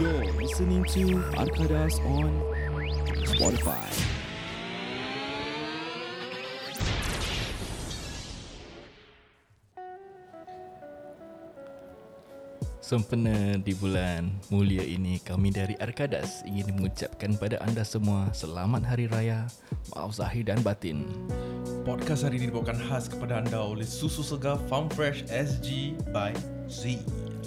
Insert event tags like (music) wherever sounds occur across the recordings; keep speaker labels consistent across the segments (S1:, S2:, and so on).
S1: You're listening to Arkadas on Spotify.
S2: Sempena di bulan mulia ini kami dari Arkadas ingin mengucapkan pada anda semua selamat hari raya, maaf zahir dan batin.
S3: Podcast hari ini dibawakan khas kepada anda oleh Susu Segar Farm Fresh SG by Z.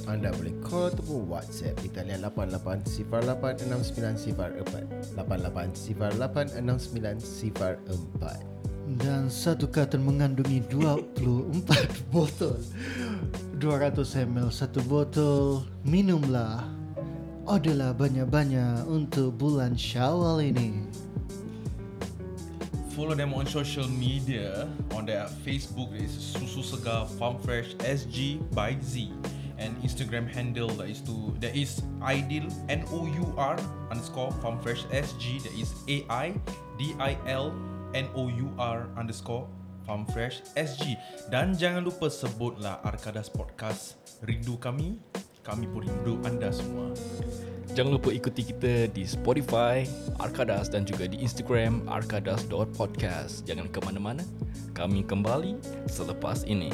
S4: Anda boleh call ataupun WhatsApp di talian 88 08 69 04 88 08 69 04
S5: Dan satu karton mengandungi 24 (laughs) botol 200 ml satu botol Minumlah Orderlah banyak-banyak untuk bulan syawal ini
S3: Follow them on social media on their Facebook that is Susu Segar Farm Fresh SG by Z and Instagram handle that is to that is ideal N O U R underscore Farm Fresh SG that is A I D I L N O U R underscore Farm Fresh SG dan jangan lupa sebutlah Arkadas Podcast rindu kami kami pun rindu anda semua
S2: Jangan lupa ikuti kita di Spotify, Arkadas dan juga di Instagram arkadas.podcast. Jangan ke mana-mana. Kami kembali selepas ini.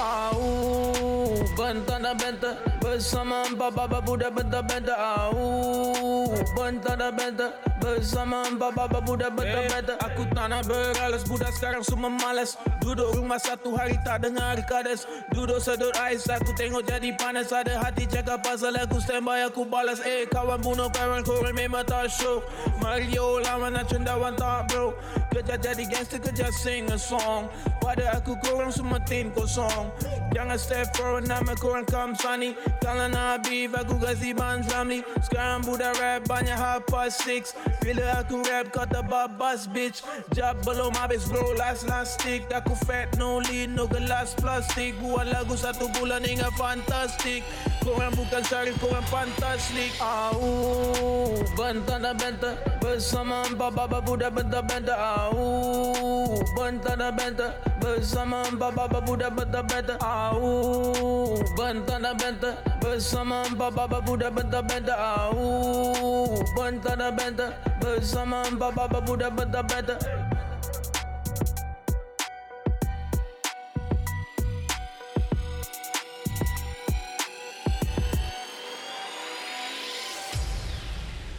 S6: Au Bentana benta Bersama empat baba budak benta benta Au Bentana benta Bersama empat baba budak benta benta Eh, Aku tak nak beralas Budak sekarang semua malas Duduk rumah satu hari tak dengar kades Duduk sedut ais Aku tengok jadi panas Ada hati cakap pasal aku Stand by aku balas Eh kawan bunuh kawan korang memang tak oh, show Mario lawan nak cendawan tak bro Kerja jadi gangster kerja sing a song Pada aku korang semua tim kosong Jangan step forward nama korang come sunny Kalau nak beef aku kasi ban family Sekarang budak rap banyak half past six Bila aku rap kau tak babas bitch Jab belum habis bro last last stick Aku fat no lean no gelas plastik Buat lagu satu bulan hingga fantastik Korang bukan syarif korang fantastik Au Bentar dan bentar Bersama empat baba budak bentar bentar Au Bentar dan bentar Bersama empat baba budak bentar bentar Au Bentar dan bentar Bersama empat baba budak bentar bentar Au Bentar dan bentar Bersama empat baba budak bentar bentar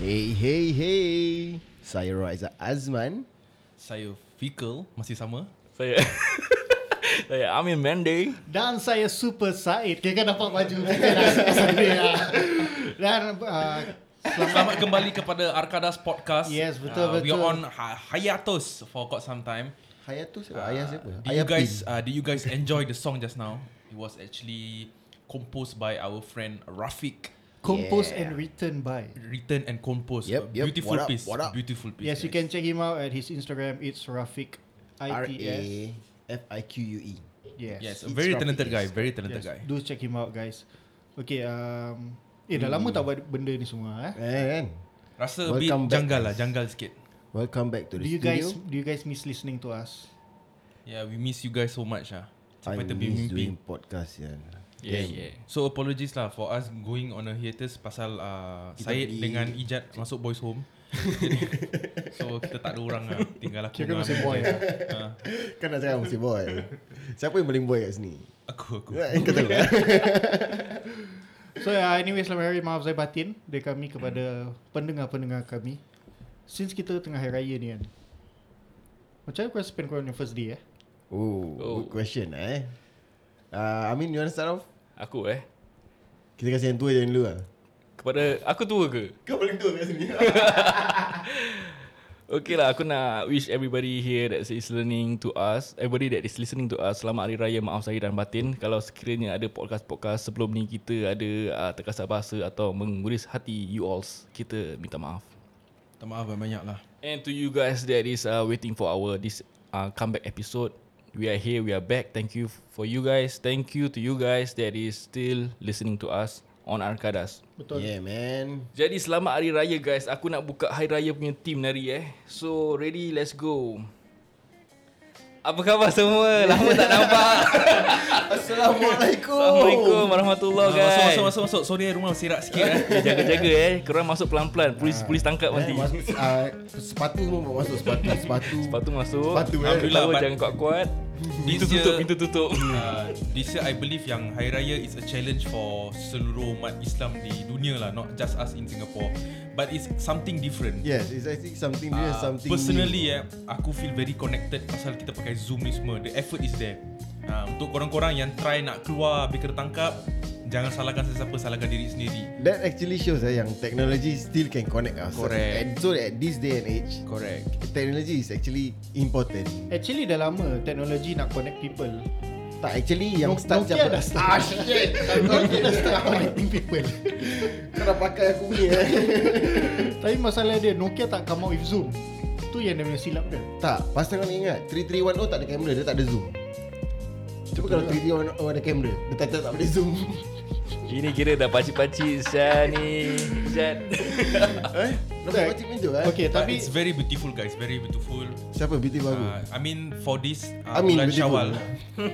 S4: Hey hey hey Saya Raisa Azman
S3: Saya Fikal masih sama
S2: Saya Saya Amin Mendy.
S5: Dan saya Super Said Dia kan dapat baju Kita dah sedia ya. Dan uh,
S3: Selamat kembali kepada Arkadas Podcast
S5: Yes, betul,
S3: uh, We
S5: betul.
S3: are on hi- hiatus for quite some time
S4: Ayah tu siapa? Ayah siapa?
S3: Did you guys uh, Did you guys enjoy the song just now? It was actually composed by our friend Rafiq
S5: Composed
S4: Yeah.
S5: and written by
S3: Written and composed
S4: Yep, yep.
S3: Beautiful
S4: What up,
S3: piece
S4: what up?
S3: Beautiful piece
S5: Yes you can check him out at his Instagram It's Rafiq
S4: R A
S5: ITS
S4: F I Q U E
S5: Yes,
S3: Yes, a
S4: It's
S3: very
S4: Rafiq,
S3: talented guy
S4: yes.
S3: Very talented guy
S5: Do check him out guys Okay um, Eh dah
S3: Hmm.
S5: lama tak buat benda ni semua eh?
S4: Eh kan
S3: Rasa a bit
S4: Welcome back,
S3: janggal lah
S4: guys.
S3: Janggal sikit
S4: Welcome back to
S5: Do
S4: the
S5: you
S4: studio
S5: guys Do you guys miss listening to us
S3: Yeah we miss you guys so much lah
S4: I
S3: Sampai
S4: miss doing
S3: terbimpi
S4: podcast ya
S2: Yeah, yeah.
S3: So apologies lah For us going on a hiatus Pasal uh,
S4: Kita
S3: Syed
S4: pergi-
S3: dengan Ijat Masuk boys
S2: (laughs)
S3: home So kita tak ada orang lah Tinggal aku
S5: Kira
S3: dengan
S5: masih
S3: Amin
S5: boy
S3: je.
S5: lah
S3: Ah,
S4: Kan nak cakap mesti (laughs) boy Siapa yang paling boy kat sini?
S3: Aku aku
S4: Eh, Kau tahu lah
S5: (laughs)
S3: (laughs)
S5: So uh, anyway selamat hari maaf saya batin dari kami kepada pendengar-pendengar kami. Since kita tengah hari raya ni kan. Macam mana korang spend korang your first day eh?
S4: Oh,
S2: Oh.
S4: oh, good question eh. Uh, Amin, you want to start off?
S2: Aku eh.
S4: Kita kasi yang tua je yang dulu lah.
S2: Kepada aku tua ke?
S4: Kau paling tua kat sini.
S2: (laughs) Okay lah, aku nak wish everybody here that is listening to us, everybody that is listening to us, selamat Hari Raya, maaf saya dan batin. Kalau sekiranya ada podcast-podcast sebelum ni kita ada uh, terkasar bahasa atau menguris hati you alls, kita minta maaf.
S3: Minta maaf banyak lah
S2: And to you guys that is uh, waiting for our this uh, comeback episode, we are here, we are back. Thank you for you guys. Thank you to you guys that is still listening to us on Arkadas.
S5: Betul.
S4: yeah, man.
S2: Jadi selamat Hari Raya guys. Aku nak buka Hari Raya punya team nari eh. So ready, let's go. Apa khabar semua? Lama tak
S4: (laughs)
S2: nampak.
S4: Assalamualaikum.
S2: Assalamualaikum warahmatullahi
S3: Ah,
S2: guys.
S3: Masuk masuk masuk masuk Sorry eh, rumah serak sikit
S2: (laughs)
S3: eh
S2: Eh, jaga-jaga eh. Korang masuk pelan-pelan. Polis polis tangkap nanti.
S4: Eh, mas- ah, sepatu pun bawa masuk sepatu sepatu.
S2: Sepatu masuk.
S4: Sepatu, eh.
S2: Alhamdulillah
S3: But-
S2: jangan kuat-kuat. Pintu
S3: This year-
S2: tutup, pintu tutup.
S3: Uh, this year I believe yang Hari Raya is a challenge for seluruh umat Islam di dunia lah Not just us in Singapore But it's something different
S4: Yes, it's I think something new,
S3: Ah,
S4: something
S3: Personally eh,
S4: new.
S3: aku feel very connected pasal kita pakai Zoom ni semua The effort is there uh, Untuk korang-korang yang try nak keluar habis kena tangkap Jangan salahkan sesiapa, salahkan diri sendiri
S4: That actually shows eh, yang technology still can connect us.
S3: Correct.
S4: And so at this day and age,
S3: Correct
S4: technology is actually important.
S5: Actually dah lama teknologi nak connect people.
S4: Tak actually yang start
S5: Nokia
S4: siapa?
S5: dah start. Ah shit. Nokia dah
S4: (laughs)
S5: start connecting people.
S4: Kau dah pakai aku punya. eh.
S5: Tapi masalah dia Nokia tak come out with Zoom. Tu yang dia punya silap dia.
S3: Eh,
S4: tak, pasal kau ni ingat 3310 oh, tak ada kamera, dia tak ada zoom. Cuba kalau 3310 oh, ada kamera, dia tak, tak, tak boleh
S5: (laughs)
S4: zoom.
S2: Ini kira dah pacik-pacik Syah ni. Syah.
S4: eh? Nampak macam muncul eh?
S5: Okay,
S3: But
S5: tapi
S3: it's very beautiful guys, very beautiful
S4: Siapa beauty baru?
S3: Uh, I mean for this uh,
S4: I mean,
S3: bulan
S4: beautiful.
S3: Syawal.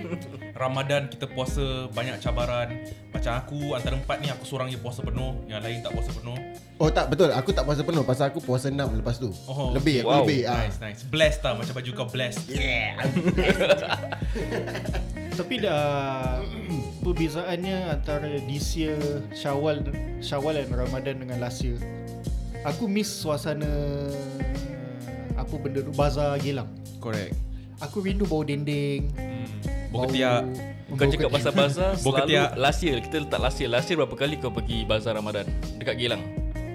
S3: (laughs) Ramadan kita puasa banyak cabaran. Macam aku antara empat ni aku seorang je puasa penuh, yang lain tak puasa penuh.
S4: Oh tak betul aku tak puasa penuh pasal aku puasa 6 lepas tu.
S3: Oh,
S4: lebih aku
S2: wow.
S4: lebih. ah.
S3: Nice, nice. Blessed lah macam baju kau blessed.
S5: tapi dah (clears throat) perbezaannya antara this year Syawal Syawal dan Ramadan dengan last year. Aku miss suasana apa benda tu bazar Geylang.
S3: Correct.
S5: Aku rindu bau dinding.
S3: Hmm. Boketiak.
S5: bau-
S2: Kau cakap pasal bazar selalu
S3: Buketiak.
S2: last year kita letak last year. Last year berapa kali kau pergi bazar Ramadan dekat Geylang?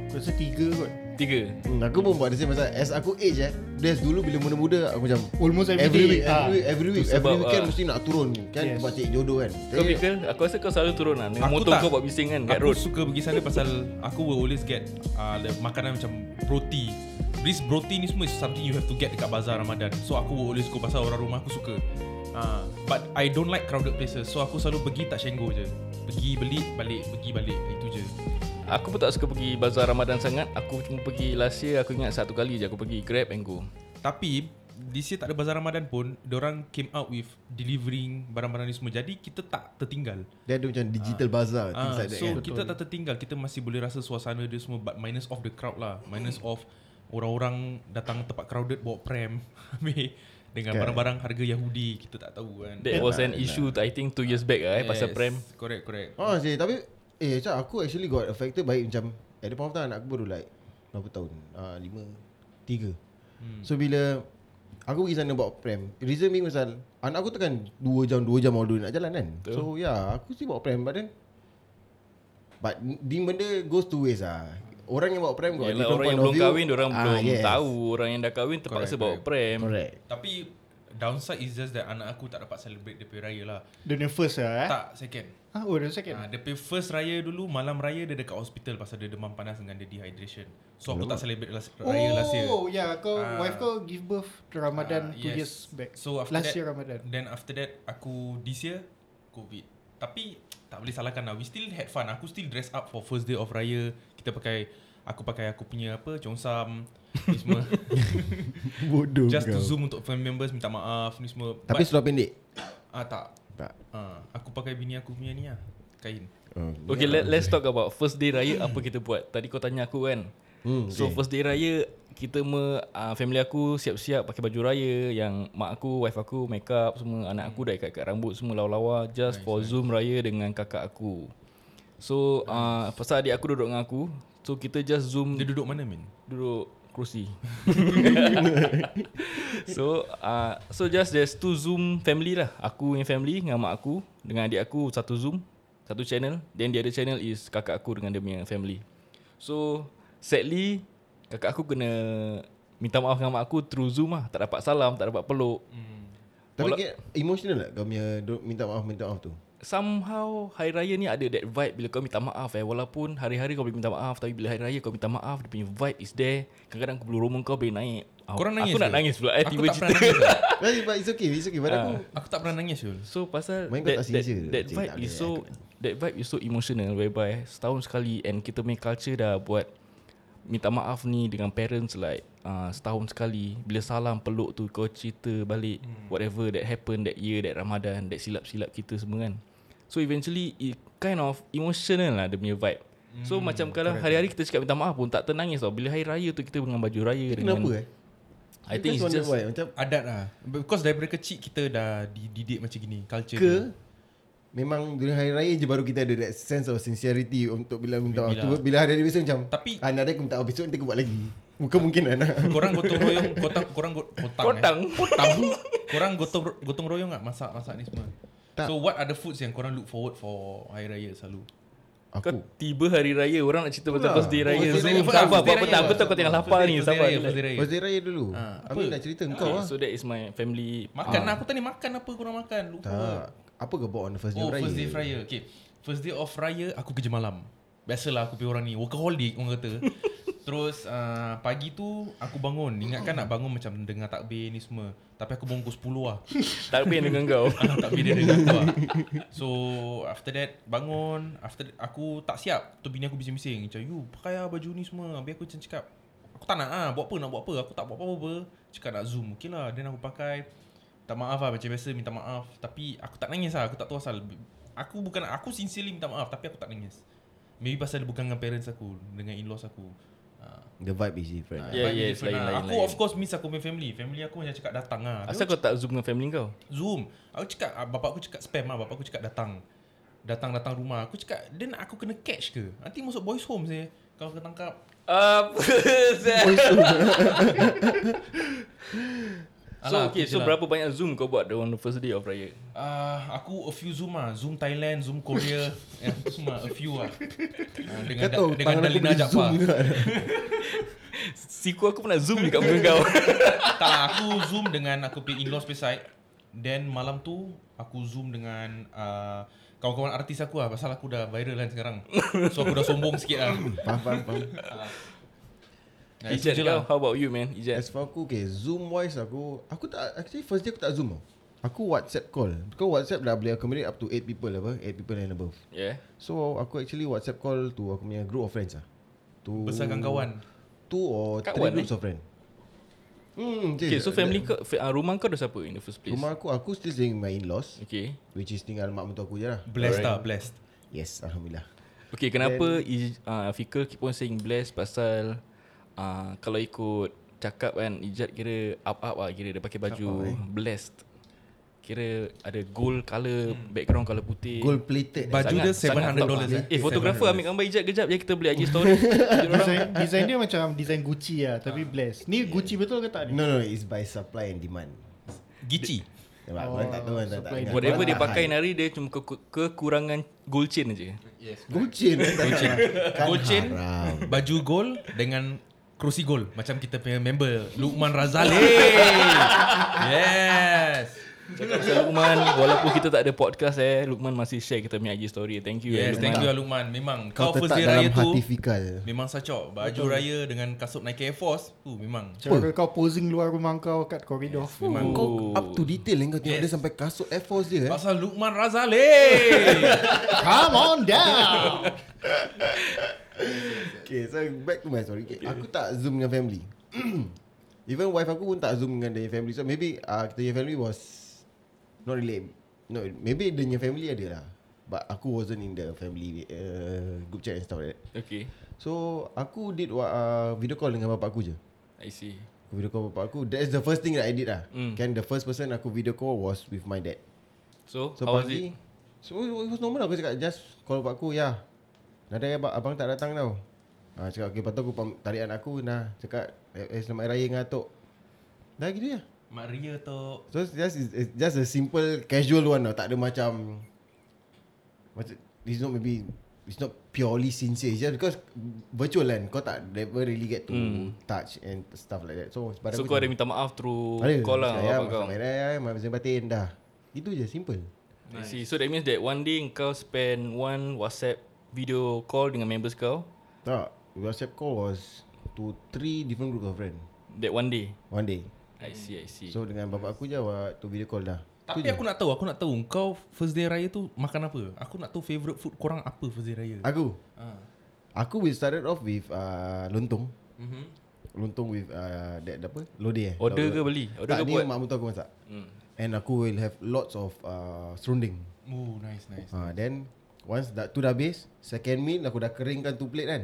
S5: Aku rasa tiga kot.
S2: Tiga.
S4: Hmm, aku pun buat the same pasal as aku age eh. Dia dulu bila muda-muda aku macam
S5: Almost every
S4: every
S5: day,
S4: week,
S5: ah.
S4: every week, every week,
S2: Tu sebab,
S4: every weekend
S2: ah.
S4: mesti nak turun kan
S5: Yes.
S4: yes. buat cik jodoh kan.
S2: Kau Michael, aku rasa kau selalu turun lah Dengan
S3: Aku
S2: motor
S3: tak.
S2: kau buat bising kan kat
S3: Aku
S2: road
S3: suka pergi sana pasal aku will always get uh, the makanan macam roti. This roti ni semua is something you have to get dekat bazar Ramadan. So aku will always go pasal orang rumah aku suka.
S2: Ah.
S3: Uh, but I don't like crowded places. So aku selalu pergi tak senggo je. Pergi beli balik, pergi balik itu je.
S2: Aku pun tak suka pergi bazar Ramadan sangat Aku cuma pergi last year Aku ingat satu kali je Aku pergi grab and go
S3: Tapi this year tak ada bazar Ramadan pun, orang came out with delivering barang-barang ni semua. Jadi kita tak tertinggal.
S4: Dia ada macam digital bazaar things
S3: Ah,
S4: like that.
S3: so
S4: kan.
S3: kita tak tertinggal Kita masih boleh rasa suasana dia semua But minus of the crowd lah Minus
S4: Hmm.
S3: of Orang-orang datang tempat crowded Bawa pram (laughs) Habis Dengan
S4: Kan.
S3: barang-barang harga Yahudi Kita tak tahu kan
S4: Eh,
S2: That was an issue I think 2 years back lah eh Pasal pram
S3: Correct correct
S4: Oh, sih, tapi eh cak aku actually got affected by macam at the point of time anak aku baru like berapa tahun? Ah, lima, tiga. Hmm. So bila aku pergi sana bawa pram, reason being pasal anak aku tu kan 2 jam 2 jam all the way nak jalan kan. Betul. So yeah, aku still bawa pram but then but di benda goes two ways ah. Orang yang bawa pram got a
S2: Yalah,
S4: different
S2: Orang yang
S4: point of
S2: belum
S4: view.
S2: kahwin Orang
S4: Ah,
S2: belum
S4: yes.
S2: tahu Orang yang dah kahwin terpaksa
S3: Correct,
S2: bawa pram
S4: Correct. (laughs)
S3: Tapi Downside is just that Anak aku tak dapat celebrate Dia punya raya lah
S5: Dia punya first lah eh.
S3: Tak second
S5: Ah, oh, dia
S4: Kan.
S5: second.
S3: ha, Dia punya first raya dulu Malam raya dia dekat hospital Pasal dia demam panas Dengan dia dehydration So aku tak celebrate last, Raya
S5: oh,
S3: last year
S5: yeah, kau
S3: Ah.
S5: wife kau give birth to
S3: Ah,
S5: Ramadan 2 years back.
S3: So after
S5: last
S3: that,
S5: year Ramadan.
S3: (laughs) Then after that aku this year COVID. Tapi tak boleh salahkan lah. We still had fun. Aku still dress up for first day of raya. Kita pakai aku pakai aku punya apa congsam ni
S5: (laughs)
S3: semua.
S4: Bodoh
S3: Just to
S4: kau.
S3: zoom untuk family members minta maaf ni semua. But,
S4: Tapi seluar pendek.
S3: ah tak.
S4: Tak.
S3: Ah, aku pakai bini aku punya ni lah. Kain.
S4: Oh,
S2: Okay let, let's talk about First day raya Apa kita buat Tadi kau tanya aku kan
S4: Hmm,
S2: So first day raya Kita me, uh, Family aku Siap-siap pakai baju raya Yang mak aku Wife aku Make up semua Anak aku dah ikat-ikat rambut Semua lawa-lawa Just nice, for zoom raya Dengan kakak aku So uh, Pasal adik aku duduk dengan aku So kita just zoom
S3: Dia duduk mana Min?
S2: duduk kerusi. so uh, so just there's two Zoom family lah. Aku yang family dengan mak aku dengan adik aku satu Zoom, satu channel. Then the other channel is kakak aku dengan dia punya family. So sadly kakak aku kena minta maaf dengan mak aku through Zoom lah. Tak dapat salam, tak dapat peluk.
S4: Tapi
S2: Wala-
S4: kira emotional lah kau punya do- minta maaf minta maaf tu. (laughs)
S2: somehow hari raya ni ada that vibe bila kau minta maaf eh walaupun hari-hari kau boleh minta maaf tapi bila hari raya kau minta maaf dia punya vibe is there kadang-kadang aku bulu rumah kau boleh naik Ah,
S3: Korang nangis
S2: aku nak
S3: ke?
S2: nangis pula eh
S3: Aku
S2: tiba
S3: tak
S2: cerita
S3: pernah nangis lah.
S4: Tapi but it's okay, it's okay. Pada
S2: Ah.
S4: aku
S3: Aku tak pernah nangis Syul.
S2: so pasal
S4: Main kau
S2: that,
S4: tak
S2: that,
S4: serious
S2: that
S4: je.
S2: vibe
S4: Tak
S2: is
S4: boleh,
S2: so that vibe is so emotional whereby setahun sekali and kita punya culture dah buat minta maaf ni dengan parents like uh, setahun sekali bila salam peluk tu kau cerita balik hmm. whatever that happened that year that Ramadan that silap-silap kita semua kan so eventually it kind of emotional lah dia punya vibe So hmm, macam kalau hari-hari kita cakap minta maaf pun tak ternangis tau Bila hari raya tu kita dengan baju raya dengan
S4: Kenapa eh?
S2: I think it's just
S4: why. Macam
S3: Adat lah Because daripada kecil kita dah dididik macam gini Culture
S4: ke
S3: dia.
S4: Memang during hari raya je baru kita ada that sense of sincerity Untuk bila minta
S3: Bila-
S4: bila, bila hari raya biasa macam
S3: Tapi-
S4: Anak dia aku minta maaf besok nanti aku buat lagi Bukan mungkin
S3: (laughs)
S4: anak
S3: Korang gotong royong Kotang Korang go, kotang
S2: Kotang.
S3: eh.
S2: (laughs)
S3: Kotang Korang gotong, ro- gotong royong tak Masak-masak ni semua
S4: Tak.
S3: So what are the foods yang korang look forward for Hari Raya selalu
S2: Kau
S4: Aku
S2: tiba hari raya Orang nak cerita pasal first day raya
S3: first day raya,
S2: Zul, Sabar
S3: first day
S2: apa
S3: raya.
S2: tak Betul kau tengah lapar ni
S3: First day
S2: Sabar
S3: raya, First day raya
S4: First day raya dulu
S3: Eh. Ah,
S4: Apa nak cerita engkau
S2: Okay,
S4: lah
S2: so that is my family
S3: Makan
S2: Ah.
S3: lah Aku tanya makan apa korang makan Look forward
S4: Tak Apa kau buat on the first day
S3: Oh
S4: of raya
S3: first day of raya Okay First day of raya Aku kerja malam Biasalah aku punya orang ni Workaholic orang
S4: (laughs)
S3: kata Terus uh, pagi tu Aku bangun Ingatkan nak bangun macam Dengar takbir ni semua Tapi aku bangun pukul 10 lah
S2: Tak payah dengan
S3: (laughs)
S2: kau
S3: Ah, tak beda dengan aku lah. So after that bangun after that, aku tak siap. Tu bini aku bising-bising. Macam you pakai lah baju ni semua. Habis aku macam cakap aku tak nak ah buat apa nak buat apa. Aku tak buat apa-apa. Cakap nak zoom. Okay lah. Then aku pakai minta maaf lah macam biasa minta maaf. Tapi aku tak nangis lah. Aku tak tahu asal. Aku bukan aku sincerely minta maaf tapi aku tak nangis. Maybe pasal bukan dengan parents aku, dengan in-laws aku. Ah,
S4: The vibe is different
S2: Yeah,
S3: vibe
S2: yeah,
S3: different
S2: lain,
S3: lah.
S2: lain,
S3: Aku
S2: lain.
S3: of course miss aku punya family. Family aku macam cakap datang lah. Habis
S2: Asal kau tak zoom dengan family kau
S3: Zoom. Aku cakap ah, bapak aku cakap spam ah, bapak aku cakap datang. Datang datang rumah. Aku cakap then aku kena catch ke? Nanti masuk boys home saya. Kau kena tangkap.
S2: Apa (laughs) So
S3: Alah,
S2: okay
S3: tu je
S2: So
S3: lah.
S2: berapa banyak zoom kau buat On the first day of raya
S3: Ah, aku a few zoom ah, zoom Thailand, zoom
S4: (laughs)
S3: Korea, ya, aku semua a few ah. Ah, dengan
S4: Kau
S3: da,
S4: tahu
S3: dengan
S4: tangan aku
S3: Dalina
S4: boleh
S3: Japa.
S4: zoom ke?
S2: Siku aku pernah zoom dekat muka
S3: (laughs)
S2: kau
S3: (laughs)
S2: (laughs)
S3: tak lah, aku zoom dengan aku punya in-laws punya side. Then malam tu aku zoom dengan ah, kawan-kawan artis aku ah pasal aku dah viral kan sekarang. So aku dah sombong sikit
S4: (laughs)
S3: ah.
S4: Hmm, Faham faham faham
S3: Nah, itu
S2: Ijat
S3: je
S2: kau
S3: lah.
S2: How about you man Ijat
S4: As for aku okay, Zoom wise aku Aku tak Actually first day aku tak Zoom tau. Aku WhatsApp call Kau WhatsApp dah boleh accommodate up to 8 people apa 8 people and above
S2: Yeah
S4: So aku actually WhatsApp call to aku punya group of friends lah To
S5: kan
S3: Besarkan kawan.
S4: Two
S2: Kawan,
S4: or three
S2: eh?
S4: groups of friends Hmm,
S2: Okay so family kau fa- ah, Rumah kau ada siapa In the first place
S4: Rumah aku Aku still staying with my in-laws
S2: Okay
S4: Which is tinggal mak mentua aku je lah
S3: Blessed lah, blessed.
S4: Yes Alhamdulillah
S2: Okay, kenapa Ij, uh, Fikir keep on saying blessed pasal uh, kalau ikut cakap kan Ijat kira up-up lah kira dia pakai baju
S3: eh.
S2: blessed. Kira ada gold colour, hmm. background colour putih.
S4: Gold plated
S3: Baju
S2: Sangat-
S3: dia
S2: sangat
S3: $700
S2: top lah.
S3: eh.
S2: Eh, fotografer ambil gambar Ijat kejap je kita boleh IG
S3: (laughs)
S2: story.
S5: Design, design dia macam design Gucci
S3: Ah.
S5: lah Tapi blessed Ni Gucci betul ke tak ni?
S4: No no It's by supply and demand
S3: Gici.
S4: Nampak? Korang tak tahu kan tak, tak
S5: Oh, supply and
S4: dengar.
S2: Whatever
S4: Korang
S2: dia
S4: tak
S2: pakai
S4: high.
S2: nari dia cuma ke- ke- kekurangan gold chain aje.
S4: Gold chain Gold chain
S3: Gold chain, baju gol dengan kerusi gol macam kita punya member Lukman Razali. yes.
S2: Cakap pasal Lukman walaupun kita tak ada podcast eh Lukman masih share kita punya IG story. Thank you eh,
S3: Yes, thank you
S2: Lukman.
S3: Lukman. Memang
S4: Kau
S3: kau, first day
S4: tetap dalam
S3: raya tu
S4: hati Fika je
S3: memang sacok. Baju raya dengan kasut Nike Air Force tu memang.
S5: Cara kau posing luar rumah kau kat koridor
S2: Ooh.
S4: Memang kau up to detail eh, Kau tengok
S3: Yes.
S4: dia sampai kasut Air Force dia eh.
S3: Pasal Lukman Razali.
S5: Come on down
S4: Okay so back to my story okay. Aku tak zoom dengan family (clears throat) Even wife aku pun tak zoom dengan dia punya family So maybe uh, Kita punya family was Not really no, Maybe dia punya family ada lah But aku wasn't in the family uh, Group chat and stuff like that
S2: Okay.
S4: So aku did wa- uh, video call dengan bapak aku je
S2: I see.
S4: Aku video call bapak aku That's the first thing that I did lah
S2: Mm.
S4: mm. Kan the first person aku video call was with my dad
S2: So,
S4: So
S2: how was
S4: pagi
S2: it?
S4: So it was normal lah. Aku cakap just call bapak aku Ya Nada ya abang, abang tak datang tau ha, Cakap okay Lepas tu aku pam- tarik anak aku Nah cakap eh, eh, Selamat Hari Raya dengan Atok Dah gitu ya
S3: Mak Ria tu.
S4: So it's just it's it's just a simple casual one tau Tak ada macam Macam It's not maybe It's not purely sincere It's just because Virtual kan Kau tak never really get to Touch and stuff like that So, pada
S2: Hmm. So
S4: aku
S2: kau
S4: macam-
S2: ada minta maaf through
S4: ada
S2: call lah
S4: Ya
S2: abang kau.
S4: Selamat Hari Raya Selamat Hari Raya batin dah Itu je simple
S2: I see. So that means that one day kau spend one WhatsApp video call dengan members kau.
S4: Tak WhatsApp call was To three different group of friend
S2: That one day.
S4: One day
S2: I see, I see. So,
S4: So dengan bapak aku je awak Tu video call dah
S3: Tapi aku nak tahu, aku nak tahu kau first day raya tu makan apa? Aku nak tahu favorite food korang apa first day raya.
S4: Aku
S3: Ah.
S4: Aku will started off with uh, lontong. Lontong with uh, that, that apa? Lodeh eh.
S2: Mhm. Order
S4: Tahu
S2: ke beli? Order
S4: tak,
S2: ke
S4: ni
S2: buat?
S4: mak mentua aku masak.
S2: Hmm.
S4: And aku will have lots of uh, serunding.
S3: Oh, nice, nice.
S4: Ha, then once dah, tu dah habis, second meal aku dah keringkan tu plate kan.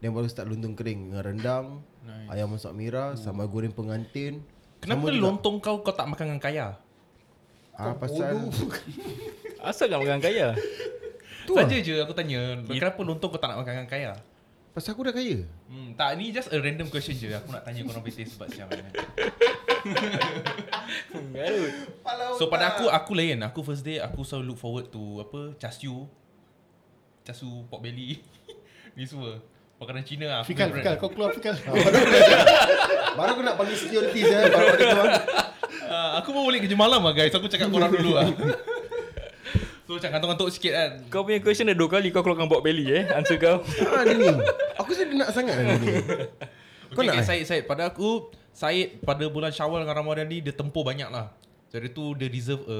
S4: Then baru start lontong kering dengan rendang, nice. ayam masak merah,
S2: Hmm.
S4: sambal goreng pengantin.
S3: Kenapa
S4: Sama juga-
S3: lontong kau kau tak makan dengan kaya?
S4: Ah pasal
S2: Asal kau makan kaya?
S3: Saja je aku tanya, kenapa lontong kau tak nak makan dengan kaya?
S4: pasal aku dah kaya.
S3: Hmm, tak ni just a random question je. Aku nak tanya kau orang taste sebab siang.
S5: (laughs)
S3: ni.
S2: Garut.
S3: So pada aku aku lain. Aku first day aku selalu look forward to apa? Chasyu. Chasyu pork belly. (laughs) ni semua. Makanan Cina lah, aku
S5: Fikal,
S3: favourite.
S5: Fikal, kau keluar Fikal.
S4: Ah, Baru aku nak panggil security saya baru ada keluar.
S3: Ah, aku pun boleh kerja malam lah guys. Aku cakap korang
S5: (laughs)
S3: dulu lah. so macam kantuk-kantuk sikit kan.
S2: Kau punya question dah dua kali kau keluarkan bot belly eh. Answer kau.
S4: Ha ni. Aku sudah nak sangat lah ni. Kau
S3: Kau okay, nak
S4: nak,
S3: okay,
S4: eh?
S3: Syed, Syed. Pada aku, Syed pada bulan Syawal dengan Ramadan ni, dia tempuh banyak lah. Jadi tu dia deserve a,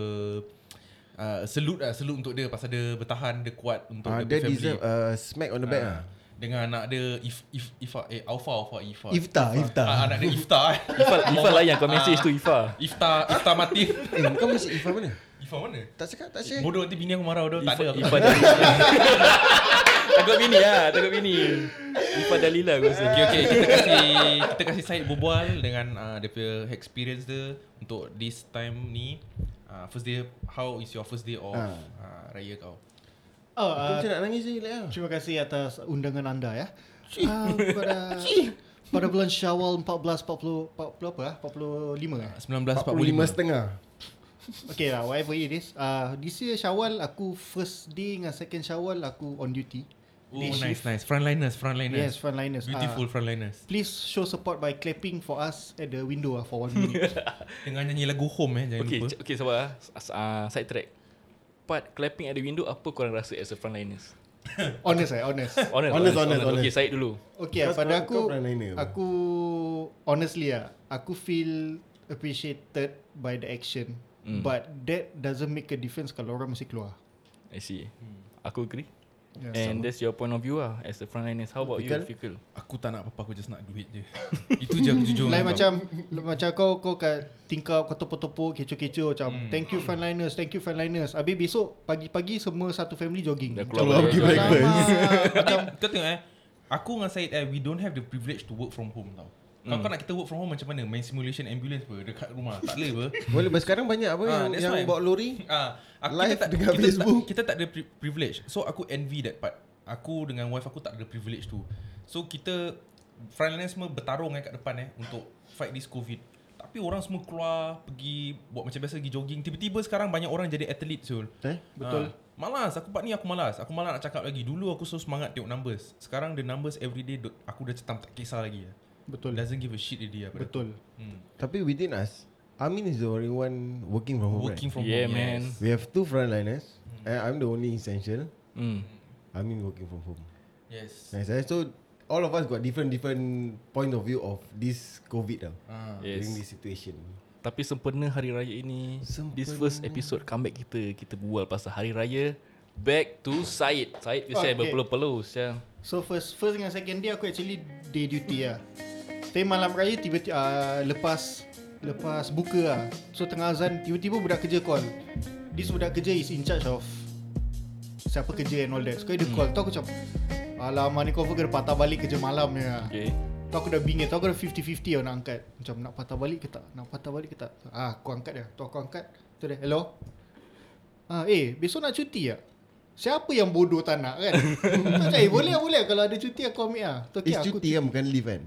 S3: uh, salute lah, salute untuk dia pasal dia bertahan, dia kuat untuk
S4: Ah,
S3: dia punya
S4: dia
S3: family.
S4: deserve a smack on the back
S3: Ah,
S4: ah.
S3: Dengan anak dia, if, if, Ifa, eh, Alfa, Alfa, Ifa.
S4: Oh. Iftar, iftar.
S3: Ah, anak dia Ifta.
S2: Ifa,
S4: (laughs)
S2: Ifa layan kau
S4: Ah.
S2: message tu Ifa.
S3: Ifta, Ifta mati.
S4: Eh, kau mesti Ifah mana?
S3: Ifa mana?
S4: Tak cakap, tak share.
S3: Bodoh nanti bini aku marah dah.
S2: Ifa,
S3: Tak ada aku.
S2: Ifa dari. (laughs) Takut bini lah, takut bini. Ifa Dalila aku rasa.
S3: Okay, (laughs) okay. Kita kasih kita kasih Syed berbual dengan uh, dia punya experience dia untuk this time ni. Uh, first day, how is your first day of
S4: Ah.
S3: uh, raya kau?
S5: Oh,
S3: ah.
S4: Aku
S5: uh,
S4: macam nak nangis ni lah.
S5: Terima kasih atas undangan anda ya. Uh, pada pada bulan Syawal 14 40 40 apa ah? 45
S3: Uh,
S5: eh.
S4: 45
S3: 1945.
S4: setengah.
S5: Okay lah, whatever it is. Uh, this year Syawal aku first day dengan second Syawal aku on duty.
S3: Oh, nice, nice. Frontliners,
S5: Yes,
S3: frontliners. Ah.
S5: frontliners.
S3: Beautiful
S5: Uh,
S3: frontliners.
S5: please show support by clapping for us at the window ah for one (laughs) minute.
S3: Dengan nyanyi lagu home eh, jangan
S2: Okay,
S3: lupa.
S2: c- okay sabar. Uh, side track. Part clapping at the window apa korang rasa as a frontliners?
S5: honest eh, honest.
S2: Honest,
S4: Honest, honest,
S2: Okay,
S4: honest.
S2: Syed dulu.
S5: Okay lah,
S4: Kau-
S5: pada
S4: kau- kau
S5: aku
S4: frontliner apa?
S5: aku honestly ah, aku feel appreciated by the action.
S2: Mm.
S5: But that doesn't make a difference kalau orang masih keluar.
S2: I see. Aku agree.
S5: Yeah,
S2: And that's your point of view lah as a frontliners. How about you, Fikul?
S4: Fikal?
S3: Aku tak nak apa-apa, aku just nak duit je. (laughs) Itu je aku jujur.
S5: Lain
S3: dengan
S5: macam Macam kau Kau kat tingkap Kau tepuk-tepuk Kecoh-kecoh Macam
S4: Hmm.
S5: mm. thank you frontliners Thank you frontliners Habis besok Pagi-pagi semua satu family jogging
S2: Dah
S5: Macam,
S2: keluar
S4: pergi
S2: balik.
S4: breakfast.
S3: ah, kau. Tapi Eh, kau tengok eh, aku dengan Syed eh, we don't have the privilege to work from home tau. Kalau kau nak kita work from home macam mana? Main simulation ambulance apa dekat rumah? Tak (laughs) boleh apa?
S4: Boleh, but sekarang banyak apa
S3: Ah,
S4: yang,
S3: that's
S4: yang
S3: why.
S4: bawa lori?
S3: Ah, aku
S4: Live
S3: kita tak,
S4: dengan
S3: kita
S4: Facebook.
S3: Tak, kita tak ada pri- privilege. So aku envy that part. Aku dengan wife aku tak ada privilege tu. So kita frontliners semua bertarung eh kat depan eh untuk fight this covid. Tapi orang semua keluar pergi buat macam biasa pergi jogging. Tiba-tiba sekarang banyak orang jadi atlet Sul.
S4: Eh?
S3: Betul. Ha. Malas aku part ni aku malas. Aku malas nak cakap lagi. Dulu aku so semangat tengok numbers. Sekarang the numbers every day do- aku dah cetam tak kisah lagi. eh.
S5: Betul
S3: Doesn't give a shit dia.
S5: Betul
S3: Hmm.
S4: Tapi within us, Amin is the only one working from home.
S3: Working
S4: Working.
S3: from
S2: Yeah,
S3: home.
S2: man.
S3: Yes.
S4: Right? We have two frontliners. And I'm the only essential.
S2: Hmm.
S4: Amin working from home.
S3: Yes.
S4: Nice. eh? So all of us got different different point of view of this COVID lah.
S3: Ah.
S2: Yes.
S4: During this situation.
S2: Tapi sempena Hari Raya ini, sempena. this first episode comeback kita, kita bual pasal Hari Raya back to Syed. Syed you okay.
S5: Okay.
S2: berpeluh-peluh siang.
S5: So first First dengan second day Aku actually Day duty lah Tapi malam raya Tiba-tiba ah, Lepas Lepas buka lah So tengah azan Tiba-tiba budak kerja call This budak kerja Is in charge of Siapa kerja and all that So dia call Tu aku macam Alamak ni confirm kena patah balik kerja malam ni lah
S2: Okay.
S5: Tu aku dah bingit Tu aku dah 50-50 tau nak angkat Macam nak patah balik ke tak Nak patah balik ke tak Ah, Aku angkat dia Tu aku angkat Tu dia Hello ah, Eh besok nak cuti tak Siapa yang bodoh tak nak
S4: (laughs)
S5: kan Tu Macam eh boleh lah, boleh lah. Kalau ada cuti aku ambil lah Tu okay,
S4: It's
S5: aku
S4: cuti kan bukan leave kan?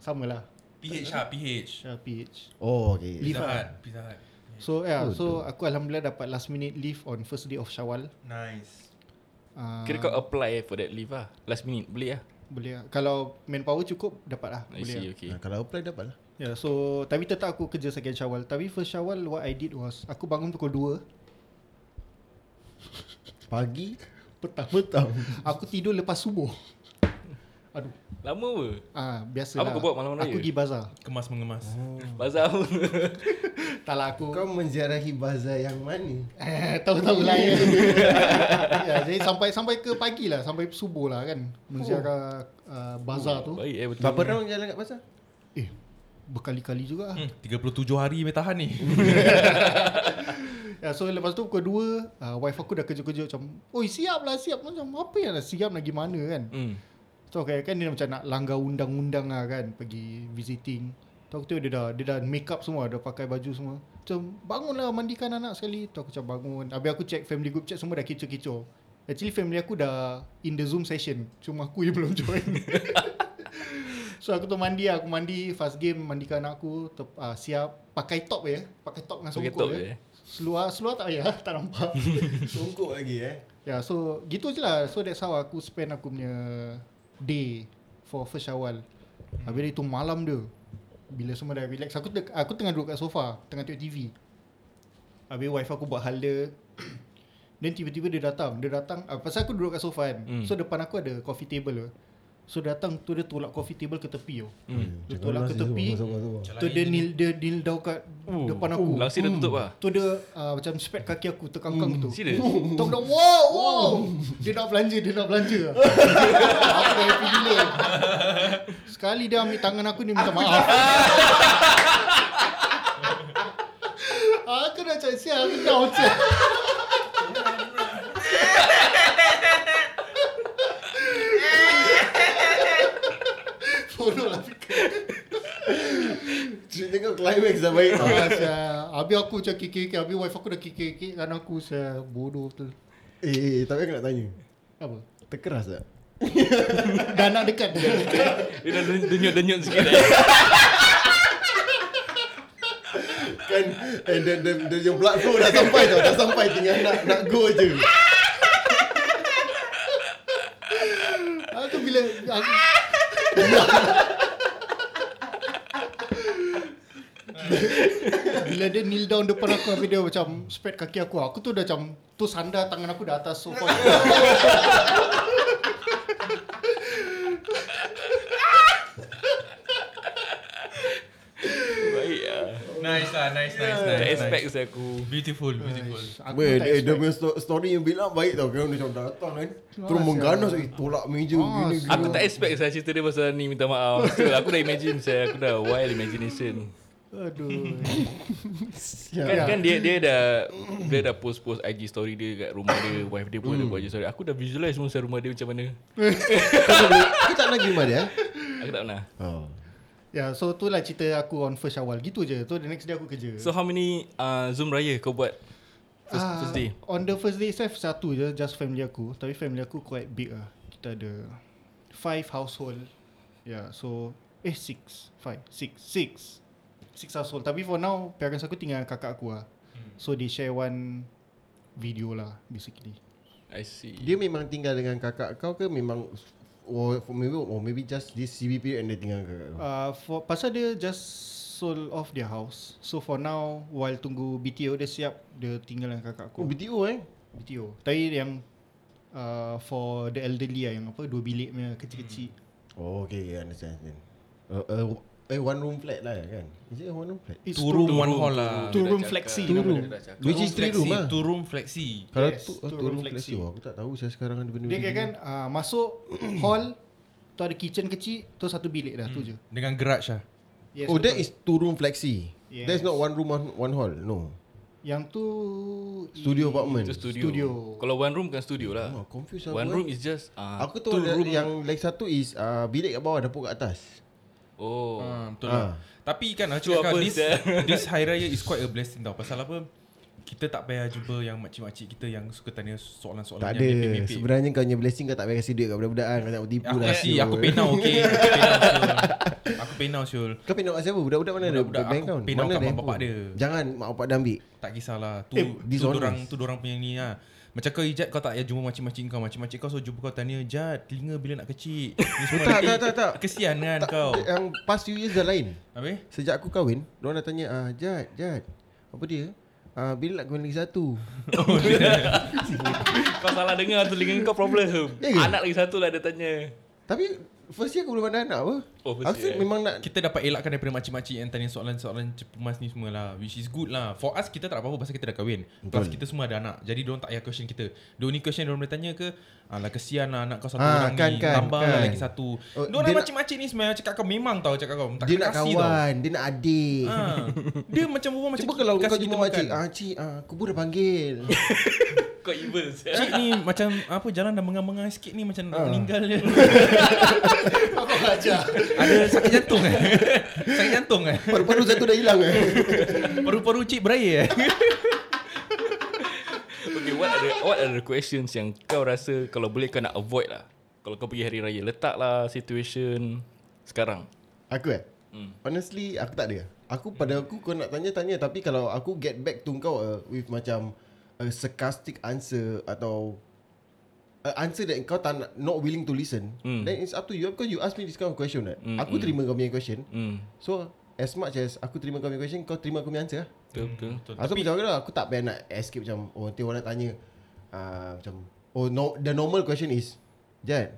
S5: Sama lah
S3: PH lah, PH.
S5: Syah PH
S4: Oh okay.
S5: Leave.
S3: Pizza
S5: ah.
S3: Hut. Pizza Hut.
S5: So yeah, so aku alhamdulillah dapat last minute leave on first day of Syawal.
S3: Nice.
S5: Uh,
S2: Kira kau apply for that leave lah. Last minute, boleh lah.
S5: boleh lah. Kalau manpower cukup dapat lah.
S2: I
S5: Boleh
S2: see,
S5: lah.
S2: okay.
S4: Nah, kalau apply dapat lah.
S5: Yeah, so tapi tetap aku kerja second Syawal. Tapi first Syawal what I did was aku bangun pukul 2
S4: Pagi (laughs)
S5: Petang Petang Aku tidur lepas subuh Aduh
S2: Lama apa?
S5: ah, Biasalah
S2: Apa kau buat malam raya?
S5: Aku pergi bazar
S3: Kemas mengemas.
S4: Oh.
S2: Bazar pun.
S5: Tak lah aku
S4: Kau menziarahi bazar yang mana?
S5: (laughs) Eh, Tahu-tahu lain (laughs) ya, Jadi sampai sampai ke pagi lah Sampai subuh lah kan Menziarah uh, bazar tu
S2: Baik eh betul.
S4: Berapa round jalan kat pasar?
S5: Eh Berkali-kali juga lah
S3: Hmm, 37 hari meh tahan ni.
S5: ya, So lepas tu pukul 2 uh, Wife aku dah kejut-kejut macam Oi siap lah siap Macam apa yang dah siap nak pergi mana kan
S2: Hmm.
S5: So okay, kan dia macam nak langgar undang-undang lah kan Pergi visiting Tu aku tengok dia dah, dia dah make up semua Dah pakai baju semua Macam bangunlah mandikan anak sekali Tu aku macam bangun Habis aku check family group chat semua dah kecoh-kecoh Actually family aku dah in the zoom session Cuma aku je (laughs) belum join So aku tu mandi lah. Aku mandi fast game Mandikan anak aku ter, uh, Siap Pakai top je Pakai top dengan ya.
S2: Pakai
S5: songkok
S2: top
S5: je
S4: eh?
S2: je. eh.
S5: Seluar, seluar tak payah (laughs) Tak nampak
S4: Songkok lagi eh.
S5: Ya yeah, so gitu je lah So that's how aku spend aku punya Day For first Syawal Habis dari tu malam dia Bila semua dah relax Aku te- aku tengah duduk kat sofa Tengah tengok TV Habis wife aku buat hal dia (clears throat) Then tiba-tiba dia datang Dia datang ah, Pasal aku duduk kat sofa kan
S2: Hmm.
S5: So depan aku ada coffee table tu So datang tu dia tolak coffee table ke tepi tu
S4: lah,
S5: Dia tolak ke tepi Tu dia kneel, dia kneel down kat
S2: Uh,
S5: depan aku
S2: uh, Langsir dah tutup lah Hmm,
S5: Tu dia uh, macam spread kaki aku terkangkang mm, tu. (laughs)
S2: serious?
S5: Tu aku dah wow wow. Dia nak belanja, dia nak
S2: (laughs)
S5: belanja. aku dah happy gila. Sekali dia ambil tangan aku ni minta
S2: (laughs)
S5: maaf. aku dah cakap sial aku dah
S2: (laughs)
S5: macam. Bodoh lah fikir.
S4: Cerita kau climax dah baik
S5: Ah, sial. Habis aku macam kikik-kikik Habis wife aku dah kikik-kikik Kan aku sial Bodoh betul
S4: (laughs) Eh, eh tapi aku nak tanya (laughs)
S5: Apa?
S4: Terkeras tak?
S5: Dah nak dekat Dah nak
S4: (laughs)
S5: dekat
S4: Hmm.
S2: Dia dah den- denyut-denyut sikit eh.
S4: Kan eh, dia, dia, dia, dia blood flow dah sampai tau Dah sampai tinggal nak nak go je
S5: Aku Ah, bila aku Bila dia kneel down depan aku Habis dia macam Spread kaki aku Aku tu dah macam Tu sandar tangan aku dah atas sofa
S2: Baik lah
S3: (laughs) nice lah, nice, nice,
S2: Tak
S3: nice.
S2: expect
S3: nice.
S2: saya aku
S3: Beautiful, beautiful.
S5: Aku
S4: Weh,
S5: tak
S4: dia, dia
S5: expect.
S4: punya sto- story yang build up baik tau Kan dia macam datang kan Terus
S5: Ah,
S4: mengganas eh, Tolak meja
S5: Ah,
S4: gini gini
S2: Aku tak expect saya cerita dia pasal ni Minta maaf Betul Aku dah imagine saya Aku dah wild imagination
S5: Aduh
S4: Ya,
S2: Kan, kan dia dia dah Dia dah post-post IG story dia Kat rumah dia Wife dia pun
S4: Hmm.
S2: ada buat IG story Aku dah visualize semua Saya rumah dia macam mana
S4: (laughs) Kau tak nak gimana dia eh?
S2: Aku tak pernah
S4: Oh.
S5: Ya yeah, so tu lah cerita aku On first awal Gitu je Tu the next day aku kerja
S2: So how many uh, Zoom raya kau buat First,
S5: Ah,
S2: first day
S5: On the first day itself Satu je Just family aku Tapi family aku quite big lah Kita ada Five household Yeah so Eh six Five Six Six Six household Tapi for now Parents aku tinggal dengan kakak aku lah
S2: Hmm.
S5: So they share one Video lah Basically
S2: I see
S4: Dia memang tinggal dengan kakak kau ke memang Or maybe, or maybe just this CB period and dia tinggal dengan kakak kau
S5: uh, for, Pasal dia just Sold off their house So for now While tunggu BTO dia siap Dia tinggal dengan kakak
S4: Oh
S5: aku
S4: BTO eh
S5: BTO Tapi yang uh, For the elderly lah Yang apa Dua bilik punya Kecil-kecil
S4: Oh okay yeah, understand, understand. Uh, uh, eh one room flat lah kan Is it a one room flat?
S5: It's
S3: Two room, one hall lah.
S5: Two room flexi
S4: Two room Which is three
S3: flexi,
S4: room lah
S3: Two room flexi.
S4: Kalau
S5: Yes,
S4: tu,
S5: tu
S4: tu room
S5: refleksi.
S4: flexi oh, Aku tak tahu saya sekarang ada benda
S5: Dia kira
S4: macam
S5: kan
S4: ni.
S5: uh, Masuk (clears throat) hall Tu ada kitchen kecil Tu satu bilik dah Tu je
S3: Dengan garage lah.
S5: yes,
S4: Oh that
S5: betul.
S4: is two room flexi
S5: Yes.
S4: That's not one room one, one hall No
S5: Yang tu
S4: Studio apartment
S2: Itu studio.
S5: Studio.
S2: Kalau one room kan studio lah
S4: Oh, confused
S2: One
S4: aku, eh.
S2: room is just uh,
S4: Aku tahu
S2: two
S4: ada yang leg satu is uh, Bilik kat bawah dapur kat atas
S2: Oh
S3: Ah, betul
S4: Ah.
S3: lah. Tapi kan aku
S2: Cuba
S3: cakap
S2: apa,
S3: this,
S2: sia.
S3: (laughs) this Hari Raya is quite a blessing tau. Pasal apa? Kita tak payah jumpa yang makcik-makcik kita yang suka tanya soalan-soalan
S4: Tak
S3: yang
S4: ada
S3: mepek-mepek.
S4: Sebenarnya kau punya blessing kau tak payah kasi duit kat budak-budak kan Kau tak mau tipu
S3: Aku
S4: lah
S3: kasi,
S4: siul.
S3: aku pay now okay. Aku pay now, Syul. Aku pay now, Syul.
S4: (laughs) Kau pindah kat siapa? Budak-budak mana ada
S3: Budak-budak
S4: bank
S3: aku
S4: account?
S3: pindah
S4: Mana
S3: kat
S4: ada
S3: mak bapak
S4: handphone?
S3: dia.
S4: Jangan mak bapak dia ambil
S3: Tak kisahlah. Tu
S5: Eh,
S3: tu
S4: dishonest.
S3: orang tu orang punya ni lah. Macam kau ijat kau tak payah jumpa makcik-makcik kau. Makcik-makcik kau so jumpa kau tanya, "Jat, telinga bila nak
S4: (laughs)
S3: kecil?" Ni semua
S4: tak,
S3: nanti
S4: tak, tak, tak.
S3: Kesian kan
S4: tak,
S3: kau.
S4: Oh. Yang past few years dah lain
S3: Habis?
S4: Sejak aku kahwin Diorang dah tanya ah, Jad, Jad Apa dia? Ah, bila nak kahwin lagi satu
S2: Kau salah dengar tu Lingkungan kau problem
S4: Ya ke?
S2: Anak lagi satu lah dia tanya
S4: Tapi First year aku belum ada anak apa
S2: Oh, first
S4: Aku
S2: year, eh.
S4: memang nak
S3: Kita dapat elakkan daripada makcik-makcik yang tanya soalan-soalan cepumas ni semua lah Which is good lah For us kita tak apa-apa pasal kita dah kahwin Plus
S4: Betul.
S3: kita semua ada anak Jadi diorang tak payah question kita The only question diorang boleh tanya ke Alah kesian lah anak kau satu
S4: Ah,
S3: orang
S4: kan,
S3: ni
S4: kan,
S3: Tambah lah
S4: kan.
S3: lagi satu
S4: Oh,
S3: Diorang
S4: dia nak-
S3: makcik-makcik ni sebenarnya cakap kau memang tau Cakap kau tak
S4: Dia nak
S3: kasih
S4: kawan Dia nak adik
S3: tau ha. Dia macam berbual macam
S4: (laughs) Cuba kalau
S3: kasih
S4: kau
S3: kita
S4: jumpa
S3: makan.
S4: makcik ah, Cik, ah, kubur dah panggil
S2: Kau evil sia.
S3: Cik ni macam apa jalan dah mengang-mengang sikit ni macam nak
S4: Ah.
S3: meninggal je.
S5: Apa aja?
S3: Ada sakit jantung eh. sakit jantung eh.
S4: Paru-paru satu dah hilang eh
S3: Paru-paru cik beraya eh.
S2: Okay, what are the what are the questions yang kau rasa kalau boleh kau nak avoid lah? Kalau kau pergi hari raya, letaklah situation sekarang.
S4: (laughs) Aku eh
S2: Hmm.
S4: Honestly aku tak ada Aku pada aku kau nak tanya-tanya Tapi kalau aku get back to kau uh, With macam A sarcastic answer Atau A answer that kau tak nak, not willing to listen
S2: Hmm.
S4: Then it's up to you Because you ask me this kind of question right?
S2: Hmm,
S4: Aku terima kau punya question
S2: Hmm.
S4: So as much as aku terima kau punya question Kau terima aku punya answer lah
S2: Betul betul.
S4: Asal macam mana aku tak payah nak escape macam Oh nanti orang tanya uh, Macam Oh no, the normal question is Jad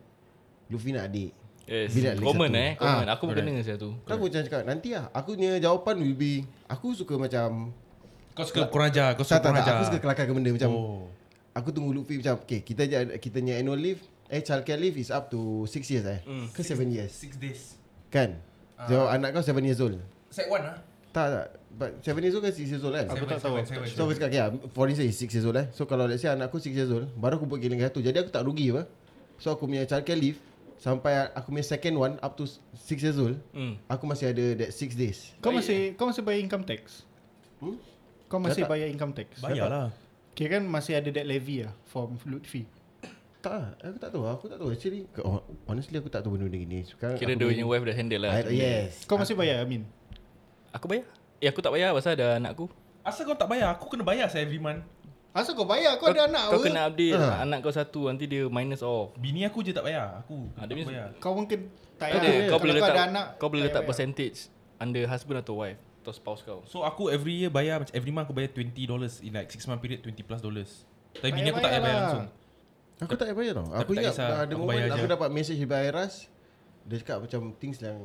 S4: Luffy nak adik
S2: Yes.
S4: Bila lagi
S2: Common
S4: satu?
S2: eh, common.
S4: Ah,
S2: Aku pun kena saya tu.
S4: Kau macam cakap Nanti lah Aku punya jawapan will be Aku suka macam
S3: Kau suka kurang ajar, kau suka
S4: Tak tak
S3: kurang
S4: tak
S3: ajar.
S4: Aku suka kelakar ke benda Macam
S3: Oh.
S4: Aku tunggu Luffy macam Okay kita je, kita punya annual leave Eh childcare leave is up to 6 years eh
S3: Hmm.
S4: mm, Ke 7 years
S3: Six days.
S4: Kan
S3: Ah.
S4: So anak kau 7 years old
S3: Set one lah.
S4: Tak tak But 7 years old kan 6 years old kan
S5: Aku tak tahu.
S4: So aku cakap okay, ah, For instance is 6 years old eh So kalau let's say anak aku 6 years old Baru aku buat giliran satu Jadi aku tak rugi apa So aku punya childcare leave Sampai aku punya second one Up to 6 years old
S2: Hmm.
S4: Aku masih ada that 6 days
S5: Kau masih kau masih bayar income tax?
S4: Hmm?
S5: Kau
S4: Dah
S5: masih
S4: tak.
S5: bayar income tax?
S3: Bayarlah.
S5: Kira kan masih ada that levy lah from Lutfi.
S4: Tak lah, aku tak tahu Aku tak tahu actually ke- hon- Honestly aku tak tahu benda-benda gini Sekarang
S2: Kira
S4: aku
S2: dia
S4: punya-
S2: punya wife dah handle lah.
S4: I, Yes
S5: Kau masih bayar Amin?
S2: Aku bayar. Eh aku tak bayar pasal ada anak aku.
S3: Asal kau tak bayar? Aku kena bayar saya every month.
S5: Asal kau bayar? Kau, ada anak
S2: Kau
S5: apa?
S2: kena update
S4: Ah.
S2: anak kau satu nanti dia minus off.
S3: Bini aku je tak bayar. Aku
S2: Ah, dia
S3: tak
S2: means-
S3: bayar.
S5: Kau mungkin tak
S2: Kau
S5: payah.
S2: ada, kau
S5: Kalau
S2: boleh letak
S5: ada anak, Eh,
S2: kau boleh
S5: tak
S2: letak
S5: payah bayar.
S2: percentage under husband atau wife atau spouse kau.
S3: So aku every year bayar macam every month aku bayar 20 dollars in like 6 month period 20 plus dollars. Tapi bini aku tak payah bayar langsung.
S5: Bayar-bayar
S4: Aku tak payah bayar tau Aku
S3: tak
S4: ingat
S3: kisah,
S4: ada
S3: aku
S4: moment
S3: bayar
S4: Aku
S3: je.
S4: dapat message daripada Airas Dia cakap macam things yang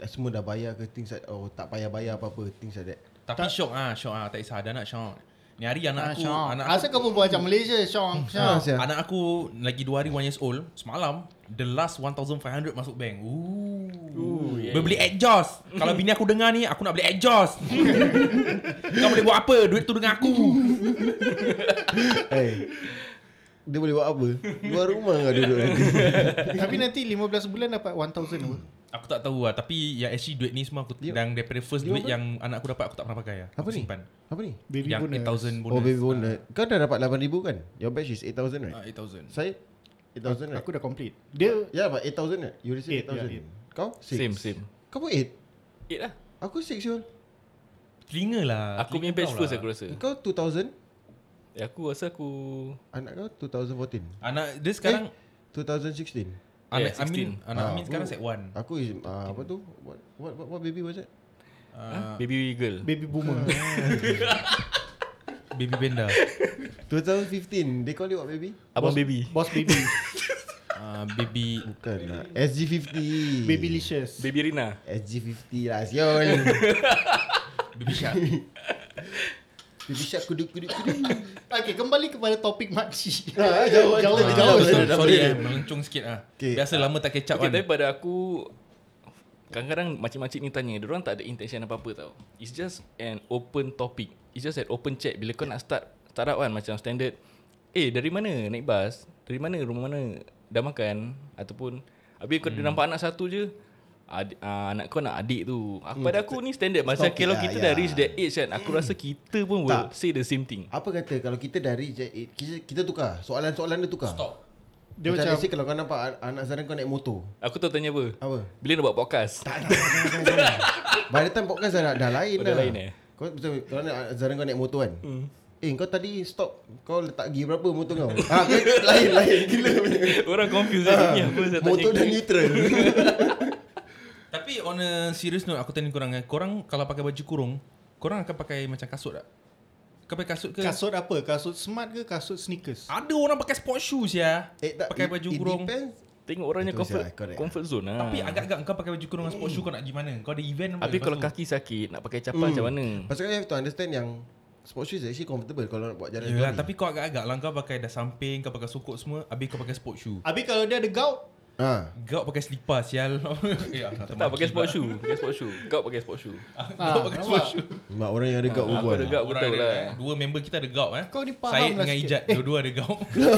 S4: dah Semua dah bayar ke things like, Oh tak payah bayar apa-apa Things
S3: (laughs)
S4: like that
S3: Tapi syok ah, syok ah, tak kisah ada anak syok. Ni hari
S5: Ah,
S3: anak aku,
S5: Syong.
S3: anak
S5: Asal kau berbual macam Malaysia, Syong.
S4: (laughs) Ah,
S5: Syong.
S4: sia.
S3: Anak aku lagi 2 hari 1 years old Semalam The last 1500 masuk bank Ooh.
S2: yeah,
S3: Boleh beli exhaust Kalau bini aku dengar ni Aku nak beli
S2: (laughs)
S3: exhaust Kau boleh buat apa Duit tu dengan aku Eh.
S4: hey. Dia boleh buat apa Luar rumah kau duduk
S3: (laughs)
S4: nanti
S5: Tapi nanti 15 bulan dapat 1000 apa?
S3: Aku tak tahu lah Tapi yang actually duit ni semua aku Yang daripada first duit yang Anak aku dapat Aku tak pernah pakai lah
S4: Apa
S3: Aku
S4: ni?
S3: simpan
S4: Apa ni
S5: Baby
S3: Yang
S5: bonus.
S3: 8000 bonus
S4: Oh baby bonus Kau dah dapat 8,000 kan Your batch is 8,000 right
S3: Ah, 8000
S4: Saya 8,000 right
S5: Aku dah complete. Dia
S4: Ya yeah, but 8,000 right You receive
S5: Eight, yeah,
S4: 8,000
S5: eight.
S4: Kau six.
S2: Same same.
S4: Kau pun 8
S2: Eight lah.
S4: Aku 6 year
S3: Telinga lah
S2: Aku punya
S3: Telinga
S2: batch
S3: kau
S2: first
S3: lah.
S2: aku rasa.
S4: Kau 2,000
S2: Eh, aku rasa aku
S4: Anak kau 2014
S3: Anak dia sekarang
S4: Eh, 2016
S3: Anak
S2: Yeah,
S3: Amin
S2: 16.
S3: Anak
S4: Ah,
S3: Amin sekarang
S4: aku-
S3: set 1
S4: Aku is uh, Apa tu what, what, what, what baby was that
S5: Ah.
S2: baby girl.
S5: baby boomer.
S3: Baby
S2: (laughs)
S3: Benda
S4: 2015 They call it what baby
S2: Abang baby.
S5: Boss baby.
S3: Ah, Baby
S4: Bukan (laughs) lah SG50
S5: baby licious.
S2: Baby Rina.
S4: SG50 lah Siol
S3: Baby Shark
S4: Baby shark kuduk kuduk kuduk
S5: Okay, kembali kepada topik makcik.
S4: Ah, jauh, jauh,
S5: jauh, jauh.
S3: Oh,
S4: Sorry,
S3: sorry,
S4: dah
S3: sorry
S4: boleh.
S3: eh, melencong sikit ah.
S4: Okay.
S3: Biasa lama tak catch up
S2: Okay,
S3: kan.
S2: tapi pada aku Kadang-kadang macam-macam ni tanya Diorang tak ada intention apa-apa tau It's just an open topic It's just an open chat Bila kau nak start Start up kan macam standard Eh dari mana naik bas Dari mana rumah mana Dah makan Ataupun Habis kau hmm. nampak anak satu je Adi, uh, anak kau nak adik tu aku, Pada aku ni standard Macam
S4: Topic
S2: kalau
S4: Hmm. lah,
S2: kita
S4: ya.
S2: dah reach that age kan Aku rasa kita pun will
S4: Tak.
S2: say the same thing
S4: Apa kata kalau kita dari je- eh, kita, kita tukar soalan-soalan dia tukar.
S3: Stop.
S5: Dia
S4: macam,
S5: macam-
S4: macam kalau kau nampak an- anak saudara kau naik motor.
S2: Aku tahu tanya apa
S4: Apa?
S2: Bila nak buat podcast
S4: Tak tak tak, tak, tak, tak. By the time podcast dah, dah lain
S2: Oh,
S4: dah.
S2: dah lain eh?
S4: Kau betul kalau anak saudara kau naik motor kan. Hmm. Eh kau tadi stop Kau letak gear berapa motor kau (laughs) ha, kau Lain lain Gila punya
S2: (laughs) Orang confused eh, Ni apa saya tanya
S4: Motor dah
S2: ni?
S4: neutral
S3: Tapi on a serious note aku tanya korang eh. Korang kalau pakai baju kurung, korang akan pakai macam kasut tak? Kau pakai kasut ke?
S5: Kasut apa? Kasut smart ke kasut sneakers?
S3: Ada orang pakai sport shoes ya.
S4: Eh tak
S3: pakai
S4: it-
S3: baju
S4: it
S3: kurung.
S4: depends
S2: Tengok orangnya
S4: Betul,
S2: comfort,
S4: Syah, correct.
S2: comfort zone lah.
S3: Tapi agak-agak kau pakai baju kurung dengan sport shoe kau nak pergi mana? Kau ada event apa?
S2: Habis
S3: lepas
S2: kalau
S3: tu?
S2: kaki sakit Nak pakai capar macam mana
S4: Pasal kan you have to understand yang Sports shoes is actually comfortable Kalau nak buat jalan
S3: Yelah,
S4: kaki.
S3: tapi kau agak-agak lah kau pakai dah samping, kau pakai sokok semua, habis kau pakai sport shoe.
S5: Habis kalau dia ada gout
S4: ha.
S3: Kau pakai slipper sial. (laughs) ya, kau
S2: Tak pakai sport shoe Pakai sport shoe Kau pakai sport shoe
S5: Ah,
S3: Kau pakai sport shoe.
S4: Mak orang yang ada gout
S2: Aku
S4: berbual
S2: ada gout
S3: Ah, Orang
S2: betul
S3: ada-
S2: lah
S3: Dua member kita ada gout eh.
S5: Kau ni faham
S3: Syed
S5: lah
S3: dengan
S5: sikit.
S3: Ijat, dua-dua ada gout. (laughs)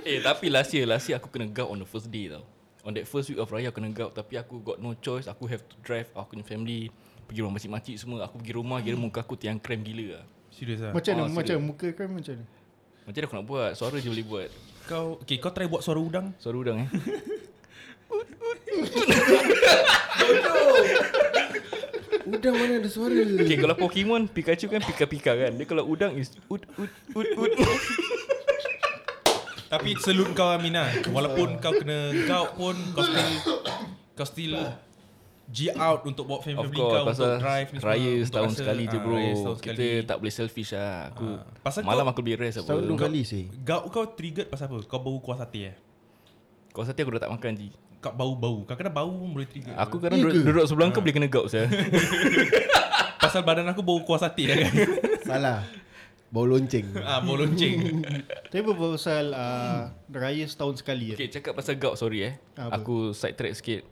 S2: Eh tapi last year Last year aku kena gout on the first day tau On that first week of Raya aku kena gout Tapi aku got no choice Aku have to drive Aku punya family Pergi rumah makcik-makcik semua Aku pergi rumah Kira muka aku tiang krem gila lah
S3: Serius ah.
S5: Macam
S2: Ah,
S5: mana
S2: serius.
S5: Macam muka kau macam mana
S2: Macam mana aku nak buat Suara je boleh buat
S3: Kau okay, kau try buat suara udang.
S2: Suara udang eh
S4: Udang mana ada suara
S2: Okay kalau Pokemon Pikachu kan pika-pika kan Dia kalau udang is Ud ud ud ud
S3: Tapi salute kau Amina. Walaupun kau kena gout pun kau still kau still G out untuk buat family
S2: Of
S3: kau
S2: course
S3: untuk
S2: Pasal
S3: drive ni semua,
S2: Raya
S3: untuk
S2: setahun
S3: rasa-
S2: sekali je
S3: ah,
S2: bro
S3: raya setahun
S2: Kita tak boleh selfish lah Aku
S3: Ah. Pasal
S2: Malam
S3: kau-
S2: aku boleh rest apa
S4: Tahun dua kali sih
S3: Gout kau triggered pasal apa? Kau bau kuah sate eh?
S2: Kau sate aku dah tak makan Ji
S3: Kau bau-bau. Kau kena bau pun boleh trigger.
S2: Aku kadang duduk, duduk sebelah kau boleh kena gout saya.
S3: Pasal badan aku bau kuah sate dah kan.
S4: Salah Bau lonceng
S3: (laughs) ah, bau lonceng.
S5: Tapi berbual pasal uh, Raya setahun sekali okay.
S2: Okay cakap pasal gout sorry eh
S5: Apa?
S2: Aku side track sikit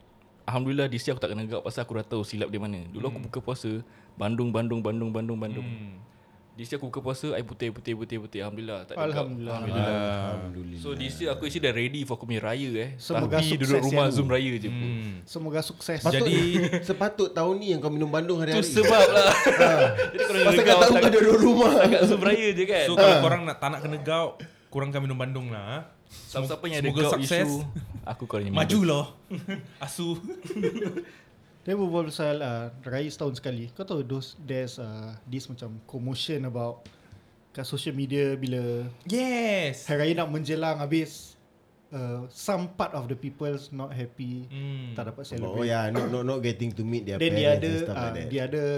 S2: Alhamdulillah this year aku tak kena gout Pasal aku dah tahu silap dia mana Dulu aku buka puasa Bandung, Bandung, Bandung, Bandung, Bandung This year aku buka puasa Air putih, putih, putih, putih Alhamdulillah tak ada gout.
S5: Alhamdulillah.
S4: Alhamdulillah
S2: So this year aku actually dah ready For aku punya raya eh
S5: Semoga
S2: Tapi
S5: sukses
S2: duduk rumah
S5: ya.
S2: Zoom raya je hmm.
S5: Semoga sukses
S4: Patut, Jadi
S3: Jadi-
S4: Sepatut tahun ni yang kau minum bandung
S2: Tu
S4: hari-hari
S2: sebab lah (laughs) Jadi kalau
S4: Pasal kau tahu kau duduk rumah
S2: Agak Zoom raya je kan
S3: So kalau korang nak tak nak kena gout, korang kan minum bandung lah. ah.
S2: Siapa-siapa yang ada
S3: semoga
S2: gout
S3: sukses.
S2: issue Aku korang yang
S3: Maju loh. (laughs) Asu.
S5: Tapi berbual pasal uh, Raya setahun sekali Kau tahu those, There's uh, this macam Commotion about Kat social media Bila
S3: Yes.
S5: Hari Raya nak menjelang Habis uh, Some part of the people's Not happy
S3: Hmm.
S5: Tak dapat
S4: Oh
S5: celebrate
S4: yeah not, not, not getting to meet their
S5: Then the
S4: parents
S5: other
S4: and stuff
S5: uh,
S4: like that
S5: The other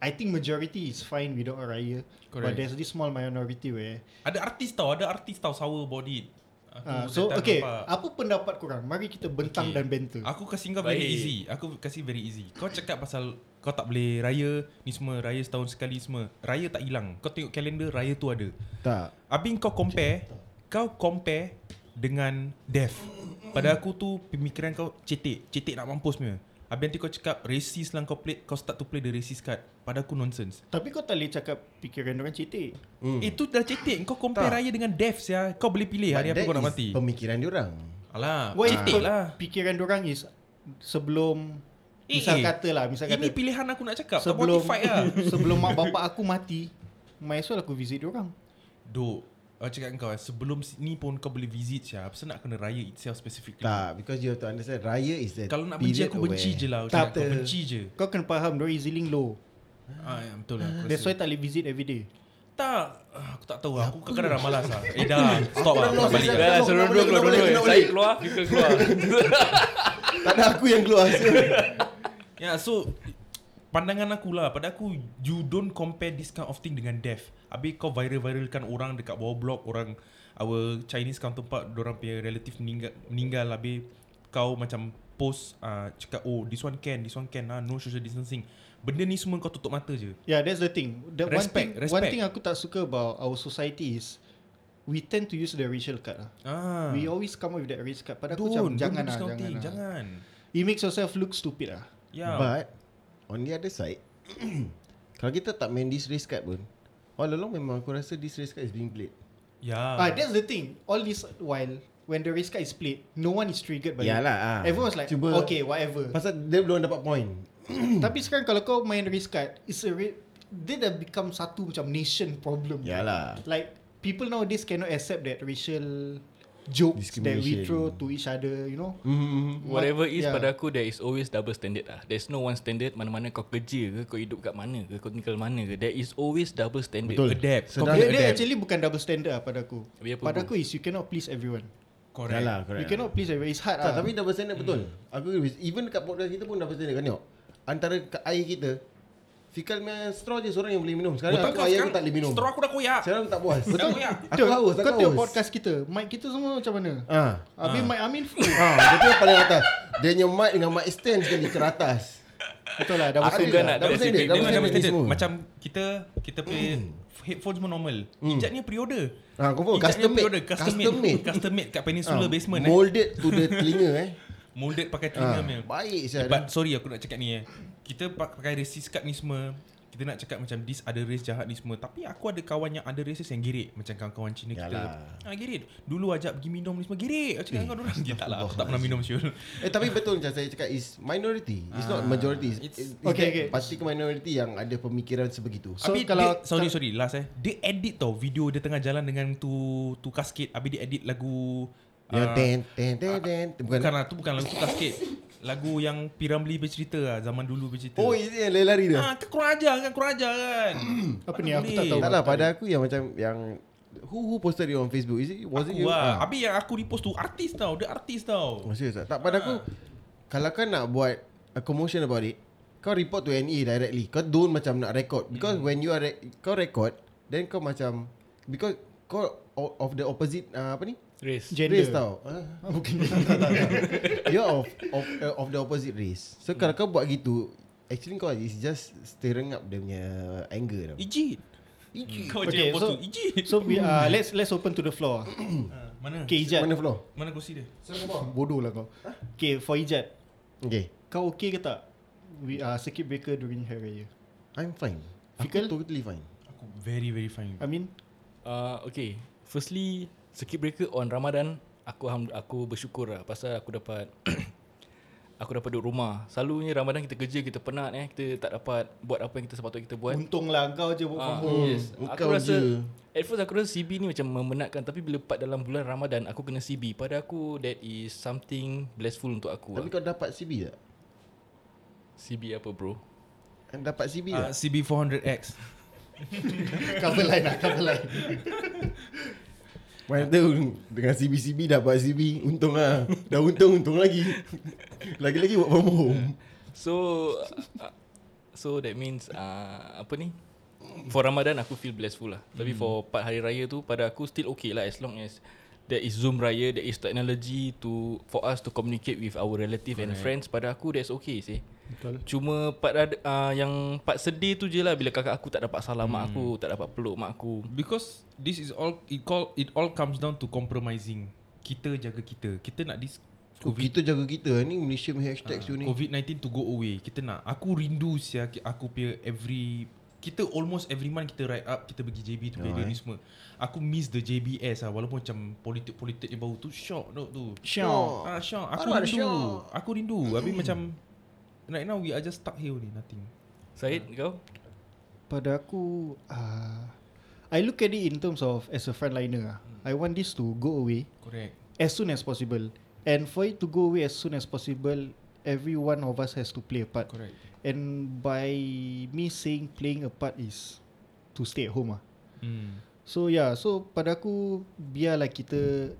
S5: I think majority is fine without a raya Correct. But
S3: Correct.
S5: there's this small minority where
S3: Ada artis tau, ada artis tau sour body. Aku
S5: uh,
S3: that
S5: So
S3: time
S5: okay
S3: nampak.
S5: Apa pendapat korang Mari kita bentang okay.
S3: Okay.
S5: dan benter
S3: Aku kasih kau very
S2: Baik.
S3: easy. Aku kasih very easy. Kau cakap pasal kau tak boleh raya ni semua raya setahun sekali semua. Raya tak hilang. Kau tengok kalender raya tu ada.
S4: Tak
S3: Abang kau compare Kau compare Dengan Death Pada aku tu Pemikiran kau cetek Cetek nak mampus punya Habis nanti kau cakap Racist lah kau play Kau start to play the racist card Pada aku nonsense
S5: Tapi kau tak boleh cakap Fikiran orang cetek
S3: hmm. Itu dah cetek Kau compare
S4: Tak.
S3: raya dengan death ya. Kau boleh pilih
S4: But
S3: Hari apa
S4: that
S3: kau nak
S4: is
S3: mati
S4: Pemikiran diorang
S3: Alah
S5: Why
S3: Cetek
S5: people
S3: lah
S5: Fikiran orang is Sebelum
S3: Eh,
S5: Misal
S3: eh.
S5: kata lah Misal
S3: Ini
S5: kata
S3: pilihan aku nak cakap Kau
S5: Sebelum
S3: Spotify
S5: (laughs)
S3: lah
S5: Sebelum mak bapak aku mati Might as well aku visit orang
S3: Duk Aku cakap dengan kau eh, Sebelum ni pun kau boleh visit Syah Pasal nak kena raya itself specifically
S4: Tak Because you have to understand Raya is the
S3: Kalau nak benci
S4: period
S3: aku benci
S4: where-
S3: je lah Aku
S5: Tak
S3: cakap Kau
S5: apa.
S3: benci je
S5: Kau kena faham Mereka easily low
S3: ah, ya, Betul lah aku
S5: That's
S3: rasa.
S5: why tak boleh visit every day
S3: Tak ah, Aku tak tahu Aku kadang-kadang dah malas lah Eh dah Stop lah
S4: lost
S3: Balik lah
S4: myself.
S2: Dah lah
S4: Kenapa,
S2: suruh
S4: kenapa,
S2: duduk
S4: kenapa,
S2: keluar-keluar Saya
S4: kenapa, kenapa?
S2: keluar Fikir keluar
S4: Tak ada aku yang keluar
S3: Ya so Pandangan aku lah Pada aku You don't compare This kind of thing dengan death Habis kau viral-viralkan orang Dekat bawah blok Orang Our Chinese counterpart Diorang punya relative meninggal, meninggal Habis Kau macam Post uh, Cakap oh This one can This one can ah, No social distancing Benda ni semua kau tutup mata je
S5: Yeah that's the thing the
S3: Respect,
S5: one thing, One
S3: respect.
S5: thing aku tak suka about Our society is We tend to use the racial card lah
S3: ah.
S5: We always come up with that racial card Pada aku
S3: Don't, don't
S5: macam Jangan
S3: do
S5: lah
S3: this kind of
S5: Jangan
S3: thing.
S5: lah
S3: Jangan
S5: It makes yourself look stupid lah
S3: (laughs) Ya
S4: But On the other side (clears throat) Kalau kita tak main this race card pun All along memang aku rasa This race card is being played
S3: Ya
S5: Ah, that's the thing. All this while when the race card is played, no one is triggered by it.
S4: Yalah ah.
S5: Everyone's like,
S4: Cuba-
S5: okay, whatever.
S4: Pasal dia belum dapat point
S5: Hmm. Tapi sekarang kalau kau main race card, it's a ra- dia dah become satu macam nation problem.
S4: Yalah
S5: Like people nowadays cannot accept that racial jokes that we
S4: Discrimination.
S5: throw to each other, you know.
S4: mm-hmm.
S2: Whatever is
S5: Yeah.
S2: yeah. pada aku There is always double standard lah There's no one standard Mana-mana kau kerja ke Kau hidup kat mana ke Kau tinggal mana ke There is always double standard
S4: Betul.
S3: Adapt Kau
S4: Sedang-
S3: kena
S5: Dia, dia
S3: adapt
S5: actually bukan double standard lah pada aku.
S2: Habis apa
S5: Pada
S2: bro?
S5: aku is you cannot please everyone.
S3: Correct Mm.
S4: Yalah
S5: You
S4: correct Ah.
S5: cannot please everyone. It's hard
S4: Tak,
S5: lah.
S4: tapi double standard betul. Aku agree with- even dekat podcast kita pun double standard kan tengok. Antara ke- air kita Fikal punya straw je seorang yang boleh minum. Sekarang
S3: Betul
S4: aku
S3: kau
S4: ayah aku
S3: sekarang
S4: tak boleh minum.
S3: Straw aku dah koyak
S4: Sekarang aku tak puas.
S3: Betul koyak
S4: Aku haus, aku
S5: Kau tengok
S4: haus.
S5: podcast kita Mic kita semua macam mana
S4: Ah.
S5: Habis mic Amin full
S4: Ah, dia punya paling atas. Dia punya mic dengan mic stand sekali ke atas.
S5: Betul lah Dah
S2: Aku
S5: pasal
S2: kan
S4: dah,
S2: nak
S4: dah pasal dia,
S2: dia
S4: dah
S3: Dia macam
S4: pasal Standard ni
S3: standard
S4: semua.
S5: Ah.
S4: Hmm.
S3: Macam kita Kita play Headphone semua normal Ijat ni pre-order
S4: Ah, confirm,
S3: Ijat
S4: custom
S3: ni
S4: made.
S3: pre-order, Custom
S4: Custom
S3: made
S4: made.
S3: Custom made kat Peninsula
S4: Ah,
S3: basement eh.
S4: Molded to
S3: (laughs)
S4: the telinga eh.
S3: Molded pakai
S4: Ah,
S3: telinga punya.
S4: baik
S3: Eh,
S4: saya.
S3: But sorry aku nak cakap ni eh. Kita pak- pakai racist card ni semua. Kita nak cakap macam this ada race jahat ni semua. Tapi aku ada kawan yang ada racist yang gerik. Macam kawan-kawan Cina kita.
S4: Yalah.
S3: Ha, gerik. Dulu ajak pergi minum ni semua gerik. Aku cakap dengan orang. Tak lah. Aku tak pernah
S4: (laughs)
S3: minum Syul.
S4: Eh tapi betul macam saya cakap is minority. It's not majority. It's, it's, it's
S5: Ah, Okay,
S4: okay,
S5: okay.
S4: okay. pasti ke minority yang ada pemikiran sebegitu.
S3: So
S5: So,
S3: Abi, kalau
S5: kalau-
S3: dia, sorry sorry last eh. Dia edit tau video dia tengah jalan dengan tu tu kasket. Abi dia edit lagu
S4: Yang
S3: ah,
S4: ten ten ten ten Ya, bukan.
S3: Bukan lah, tu bukan lagu tu kasket. Lagu yang Piramli bercerita lah, zaman dulu bercerita.
S4: Oh, ini yang lari-lari dia.
S3: Ah, kan kurang ajar kan, kurang ajar kan.
S5: Apa
S3: Mana
S5: ni? Aku
S3: boleh.
S5: tak tahu.
S4: Tak lah pada aku yang macam yang who who posted it on Facebook? Is it was
S3: Aku
S4: it you?
S3: lah.
S4: Ah.
S3: Habis yang aku repost tu artis tau, dia artis tau.
S4: Oh, serious tak? Tak pada aku kalau kau nak buat a commotion about it, kau report to NE directly. Kau don't macam nak record because hmm. when you are re- kau record, then kau macam because kau o- of the opposite uh, apa ni?
S2: Race.
S5: Gender
S4: Race tau. Ah.
S5: Bukan (laughs)
S4: You're of of uh, of the opposite race. So kalau kau buat gitu, actually kau is just stirring up dia punya anger tau.
S3: Ijit. Ijit. Kau macam yang
S5: Okay,
S3: post
S5: so-
S3: tu, Ijit.
S5: So we, uh, let's let's open to the floor
S3: Ah, Mana?
S5: Okay Ijat
S4: Mana floor?
S3: Mana kursi dia?
S5: Bodoh lah kau Okay for Ijat
S4: Okay.
S5: Kau okay ke tak We uh, Circuit breaker during Hari Raya
S4: I'm fine.
S5: Fickle?
S4: Aku totally fine.
S3: Aku very very fine.
S5: I mean
S2: Uh, okay. Firstly, circuit breaker on Ramadan, aku alhamdu- aku bersyukur lah pasal aku dapat (coughs) aku dapat duduk rumah. Selalunya Ramadan kita kerja, kita penat eh, kita tak dapat buat apa yang kita sepatutnya kita buat.
S5: Untung lah kau je work from
S2: Ah,
S5: home
S2: yes. Aku
S4: Kau
S2: rasa
S4: je.
S2: At first aku rasa CB ni macam memenatkan Tapi bila part dalam bulan Ramadan Aku kena CB Pada aku That is something Blessful untuk aku
S4: Tapi
S2: lah.
S4: kau dapat CB tak?
S2: CB apa bro?
S4: Dapat CB tak?
S3: Ah, CB400X.
S5: Cover line lah Cover line
S4: Mana tahu dengan CB-CB dapat CB Untung lah Dah untung-untung lagi Lagi-lagi work from home
S2: So uh, So that means uh, Apa ni For Ramadan aku feel blessful lah
S4: Hmm.
S2: Tapi for part hari raya tu Pada aku still okay lah As long as There is Zoom raya There is technology to For us to communicate With our relative and friends Pada aku that's okay sih Betul. Cuma part ad- uh, yang part sedih tu je lah Bila kakak aku tak dapat salam mak
S4: Hmm.
S2: aku Tak dapat peluk mak aku
S3: Because this is all it call it all comes down to compromising. Kita jaga kita. Kita nak this
S4: oh,
S3: COVID
S4: Kita jaga kita Ni Malaysia punya hashtag tu ni
S3: COVID-19 to go away. Kita nak aku rindu sia ki- aku punya every kita almost every month kita write up kita pergi JB tu play dia ni semua. Aku miss the JBS ah walaupun macam politik-politik yang baru tu shock tu tu.
S5: Syok.
S3: Ah shock. Aku
S4: Baru ada Hmm.
S3: rindu.
S4: syok.
S3: Aku rindu. Habis macam right now we are just stuck here ni nothing.
S2: Syed
S4: Hmm.
S2: kau?
S5: Pada aku uh, I look at it in terms of As a frontliner lah.
S2: Hmm.
S5: I want this to go away
S3: Correct.
S5: As soon as possible And for it to go away As soon as possible Every one of us has to play a part
S3: Correct.
S5: And by me saying Playing a part is To stay at home lah
S3: Hmm.
S5: So yeah, so pada aku biarlah kita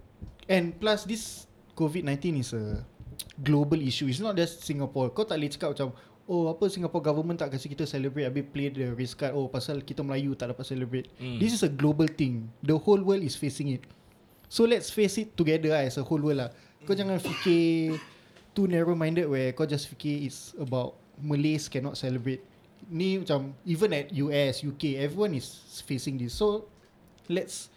S5: and plus this COVID-19 is a global issue. It's not just Singapore. Kau tak boleh cakap macam oh apa Singapore government tak kasi kita celebrate habis play the race card oh pasal kita Melayu tak dapat celebrate. Mm.
S4: Hmm.
S5: This is a global thing. The whole world is facing it. So let's face it together lah, as a whole world lah. Kau jangan fikir too narrow minded where kau just fikir it's about Malays cannot celebrate. Ni macam even at US, UK, everyone is facing this. So let's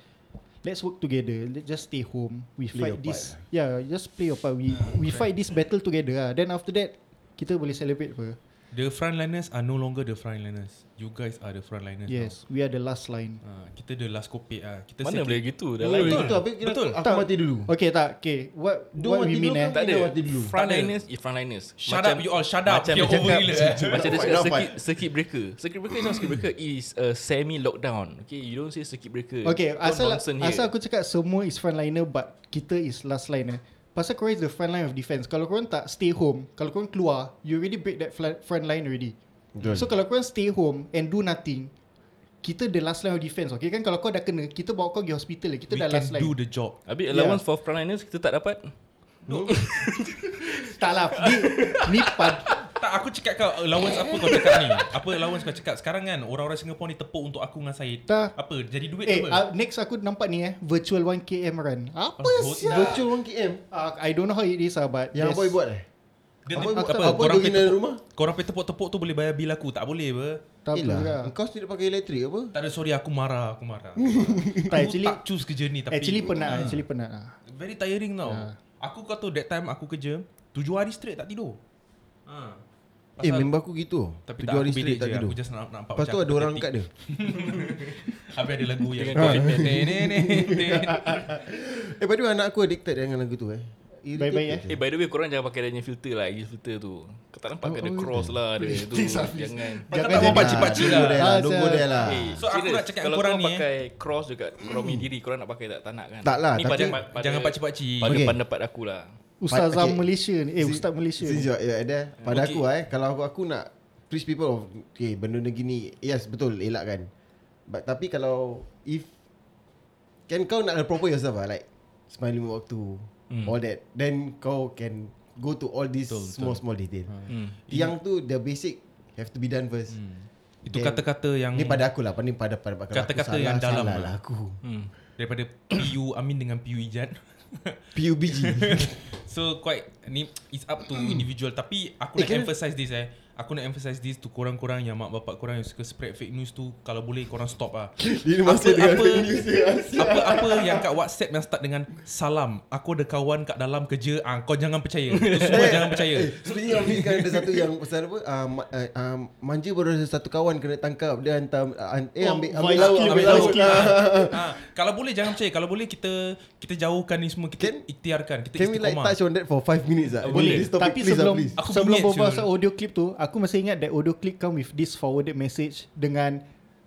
S5: let's work together. Let's just stay home. We
S4: Play
S5: fight
S4: your ah.
S5: this. Yeah, just play your part. We we fight this battle together lah. Then after that kita boleh celebrate apa.
S3: The frontliners are no longer the frontliners. You guys are the frontliners.
S5: Yes, we are the last line.
S3: Now. Ah, kita the last kopek ah. Kita
S2: Mana
S3: second-
S2: boleh gitu Dah
S4: Betul
S2: lain
S4: Betul Habis kira
S3: Betul.
S4: Aku, aku mati dulu
S5: Okay tak? Okay, what
S4: Don't
S5: what
S4: mati
S5: we mean
S4: dulu
S5: eh?
S4: kan?
S2: Tak ada
S4: Lewati dulu.
S2: Frontliners is frontliners
S3: Shut up you all, shut up.
S2: Macam
S3: You're
S2: dia
S3: over
S2: cakap
S3: gila, eh.
S2: (laughs) Macam dia
S4: Not
S2: cakap
S4: fine, not
S2: circuit, circuit breaker Circuit breaker is not circuit breaker Is a semi-lockdown Okay you don't say circuit breaker
S5: Okay,
S2: Don't
S5: asal
S2: nonsense here.
S5: asal aku cakap semua is frontliner but kita is last line eh. Pasal korang is the front line of defense. Kalau korang tak stay home, kalau korang keluar, you already break that fla- front line already.
S4: Betul.
S5: So kalau korang stay home and do nothing, kita the last line of defense. Okay kan kalau kau dah kena, kita bawa kau pergi hospital. eh. Kita
S3: We can
S5: dah last line.
S3: do the job.
S4: Ya.
S2: Habis allowance for
S4: Hmm.
S2: frontliners Kita tak dapat
S3: (laughs)
S5: tak lah. Ni, ni pad,
S3: Tak aku cakap kau allowance apa kau cakap ni Apa allowance kau cakap Sekarang kan orang-orang Singapore ni tepuk untuk aku dengan Syed
S5: Tak.
S3: Apa jadi duit
S5: Eh,
S3: ke
S5: uh,
S3: apa
S5: next aku nampak ni eh Virtual 1km run Apa
S3: Oh,
S5: oh, siap
S4: Virtual 1km
S5: uh, I don't know how it is lah But
S4: Yang
S5: there's-
S4: boy buat eh
S3: Dia apa,
S4: apa buat-
S3: apa, korang
S4: apa dia
S3: pergi
S4: guna
S3: tepuk,
S4: rumah?
S3: rumah Korang pergi tepuk-tepuk tu boleh bayar bil aku Tak boleh apa
S5: Tak apa juga
S4: Yelah Kau tidak pakai elektrik apa
S3: Tak ada sorry aku marah Aku marah Aku
S5: (laughs) Tak, actually-
S3: tak choose kerja ni tapi ah.
S5: Actually penat uh. Actually penat lah
S3: Very tiring tau
S5: Ya.
S3: Aku kau tahu that time aku kerja 7 hari straight tak tidur
S2: Ah.
S3: ha.
S4: Eh member aku gitu
S3: Tapi
S4: Tujuh
S3: tak
S4: hari
S3: aku
S4: straight
S3: bilik
S4: tak
S3: je
S4: tidur
S3: Aku just nak nampak
S4: Lepas tu ada orang angkat dia
S3: Habis ada lagu (laughs) yang Dengan
S4: Eh by the way anak aku addicted dengan lagu tu eh Irritated
S5: Baik-baik, eh.
S4: je.
S2: Eh by the way korang jangan pakai dia punya filter lah Dia filter tu Kau tak nampak
S4: Oh,
S2: oh, ada
S4: oh,
S2: cross lah
S4: (laughs)
S2: Ada tu Jangan
S3: Jangan
S5: Jangan
S3: tak mau
S5: jadi-
S3: pakcik-pakcik lah
S4: Don't go there lah,
S5: Ah,
S4: Don't go
S5: sial.
S4: there lah
S2: Eh,
S3: So, aku
S2: serious,
S3: nak cakap
S2: Kalau
S3: korang
S2: korang
S3: ni, eh.
S2: pakai cross dekat Korang punya diri Korang nak pakai tak? Tak nak kan?
S4: Tak lah,
S2: Ni
S4: tapi-
S2: pada, pada,
S3: Jangan pakcik-pakcik
S2: Pada
S4: Okay.
S2: pendapat aku lah
S5: Ustazah
S4: Okay.
S5: Malaysia ni Eh Ustaz Malaysia
S4: Since
S5: ni.
S4: you're, you're there ya, Pada
S2: Okay.
S4: aku eh Kalau aku, aku nak Preach people of Okay benda ni gini Yes betul elak kan But tapi kalau If Can kau nak proper yourself lah Like Smiling waktu
S3: Hmm.
S4: mm. All that Then kau can Go to all these Small small detail
S2: Hmm.
S4: Yang tu The basic Have to be done first mm.
S3: (coughs) Hmm. Itu kata-kata yang
S4: Ni pada aku lah Ni pada pada pada
S3: Kata-kata
S4: aku salah,
S3: yang dalam
S4: Salah
S3: lah.
S4: lah aku
S2: hmm.
S3: Daripada PU Amin dengan PU Ijan
S4: PUBG
S3: (laughs) So quite ni it's up to individual tapi aku
S4: Eh,
S3: nak
S4: can-
S3: emphasize this eh. Aku nak emphasize this to korang-korang yang mak bapak korang yang suka spread fake news tu kalau boleh korang stop
S4: (laughs)
S3: ah.
S4: Dia masuk dengan
S3: apa,
S4: fake news dia.
S3: apa apa yang kat WhatsApp yang start dengan salam. Aku ada kawan kat dalam kerja. Ah kau jangan percaya. Tu semua jangan percaya.
S4: Eh, sebenarnya Rafi sekarang ada satu yang pasal apa? Uh, ma- uh, uh, manja baru ada satu kawan kena tangkap dia hantar uh, an- eh
S5: Oh,
S4: ambil ambil
S5: voice
S4: laut
S5: kill,
S4: ambil
S5: voice
S4: laut. (laughs)
S5: kill.
S4: Ah.
S3: ha, kalau boleh jangan percaya. Kalau boleh kita kita jauhkan ni semua kita
S4: Can-
S3: ikhtiarkan. Kita
S4: Can we like touch on that for 5 minutes ah?
S2: Boleh.
S4: This topic,
S5: Tapi
S4: please, ah,
S5: sebelum
S4: please.
S3: Aku
S5: sebelum
S3: bingit,
S5: berbual
S3: Syul.
S5: pasal audio clip tu, aku masih ingat that audio clip come with this forwarded message dengan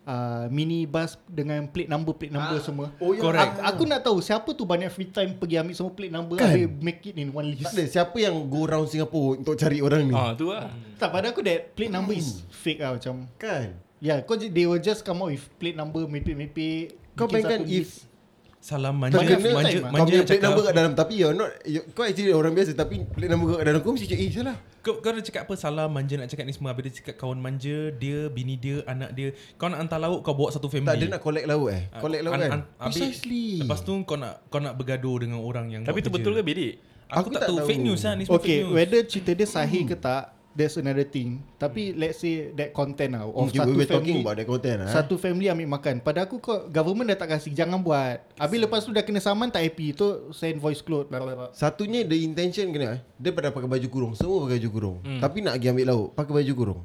S5: uh, mini bus dengan plate number plate number semua.
S4: Oh, ya.
S3: Correct.
S5: Aku, aku nak tahu siapa tu banyak free time pergi ambil semua plate number
S4: Kan?
S5: kan. habis make it in
S4: Tak
S5: one list.
S4: ada siapa yang go round Singapore untuk cari orang ni.
S2: Ah, tu lah
S3: Hmm.
S5: Tak pada aku that plate number
S4: Hmm.
S5: is fake lah macam.
S4: Kan?
S5: Yeah, kau ju- they will just come out with plate number mepek-mepek.
S4: Kau
S5: bikin
S4: bayangkan
S5: satu
S4: if
S5: list.
S3: salam manja
S5: Terkena
S3: manja manja,
S4: lah.
S5: time, ah.
S4: kau punya plate
S3: cakap.
S4: number kan? kat dalam tapi you're not you, kau actually orang biasa tapi plate number kau kat dalam kau mesti cakap eh salah.
S3: Kau, kau dah cakap apa salah manja nak cakap ni semua Habis dia cakap kawan manja Dia, bini dia, anak dia Kau nak hantar lauk kau bawa satu family
S4: Tak dia nak collect laut eh.
S3: Ah,
S4: Collect
S3: an-
S4: laut kan.
S3: an- habis
S4: Precisely.
S3: Lepas tu kau nak kau nak bergaduh dengan orang yang
S2: Tapi
S3: buat
S2: tu
S3: kerja.
S2: betul ke bidik?
S3: Aku, tak, tahu. Fake news lah ni semua fake
S5: Okay,
S3: news
S5: whether cerita dia sahih ke tak, that's another thing. Tapi let's say that content lah of
S4: Okay, Oh,
S5: satu
S4: Hmm, we- we're talking
S5: family.
S4: about that content ah.
S5: Satu family ambil makan Pada aku kau Government dah tak kasi Jangan buat Habis lepas tu dah kena saman Tak happy Tu send voice cloud blah, blah, blah.
S4: Satunya the intention kena eh. Dia pada pakai baju kurung Semua pakai baju kurung hmm. Tapi nak pergi ambil laut Pakai baju kurung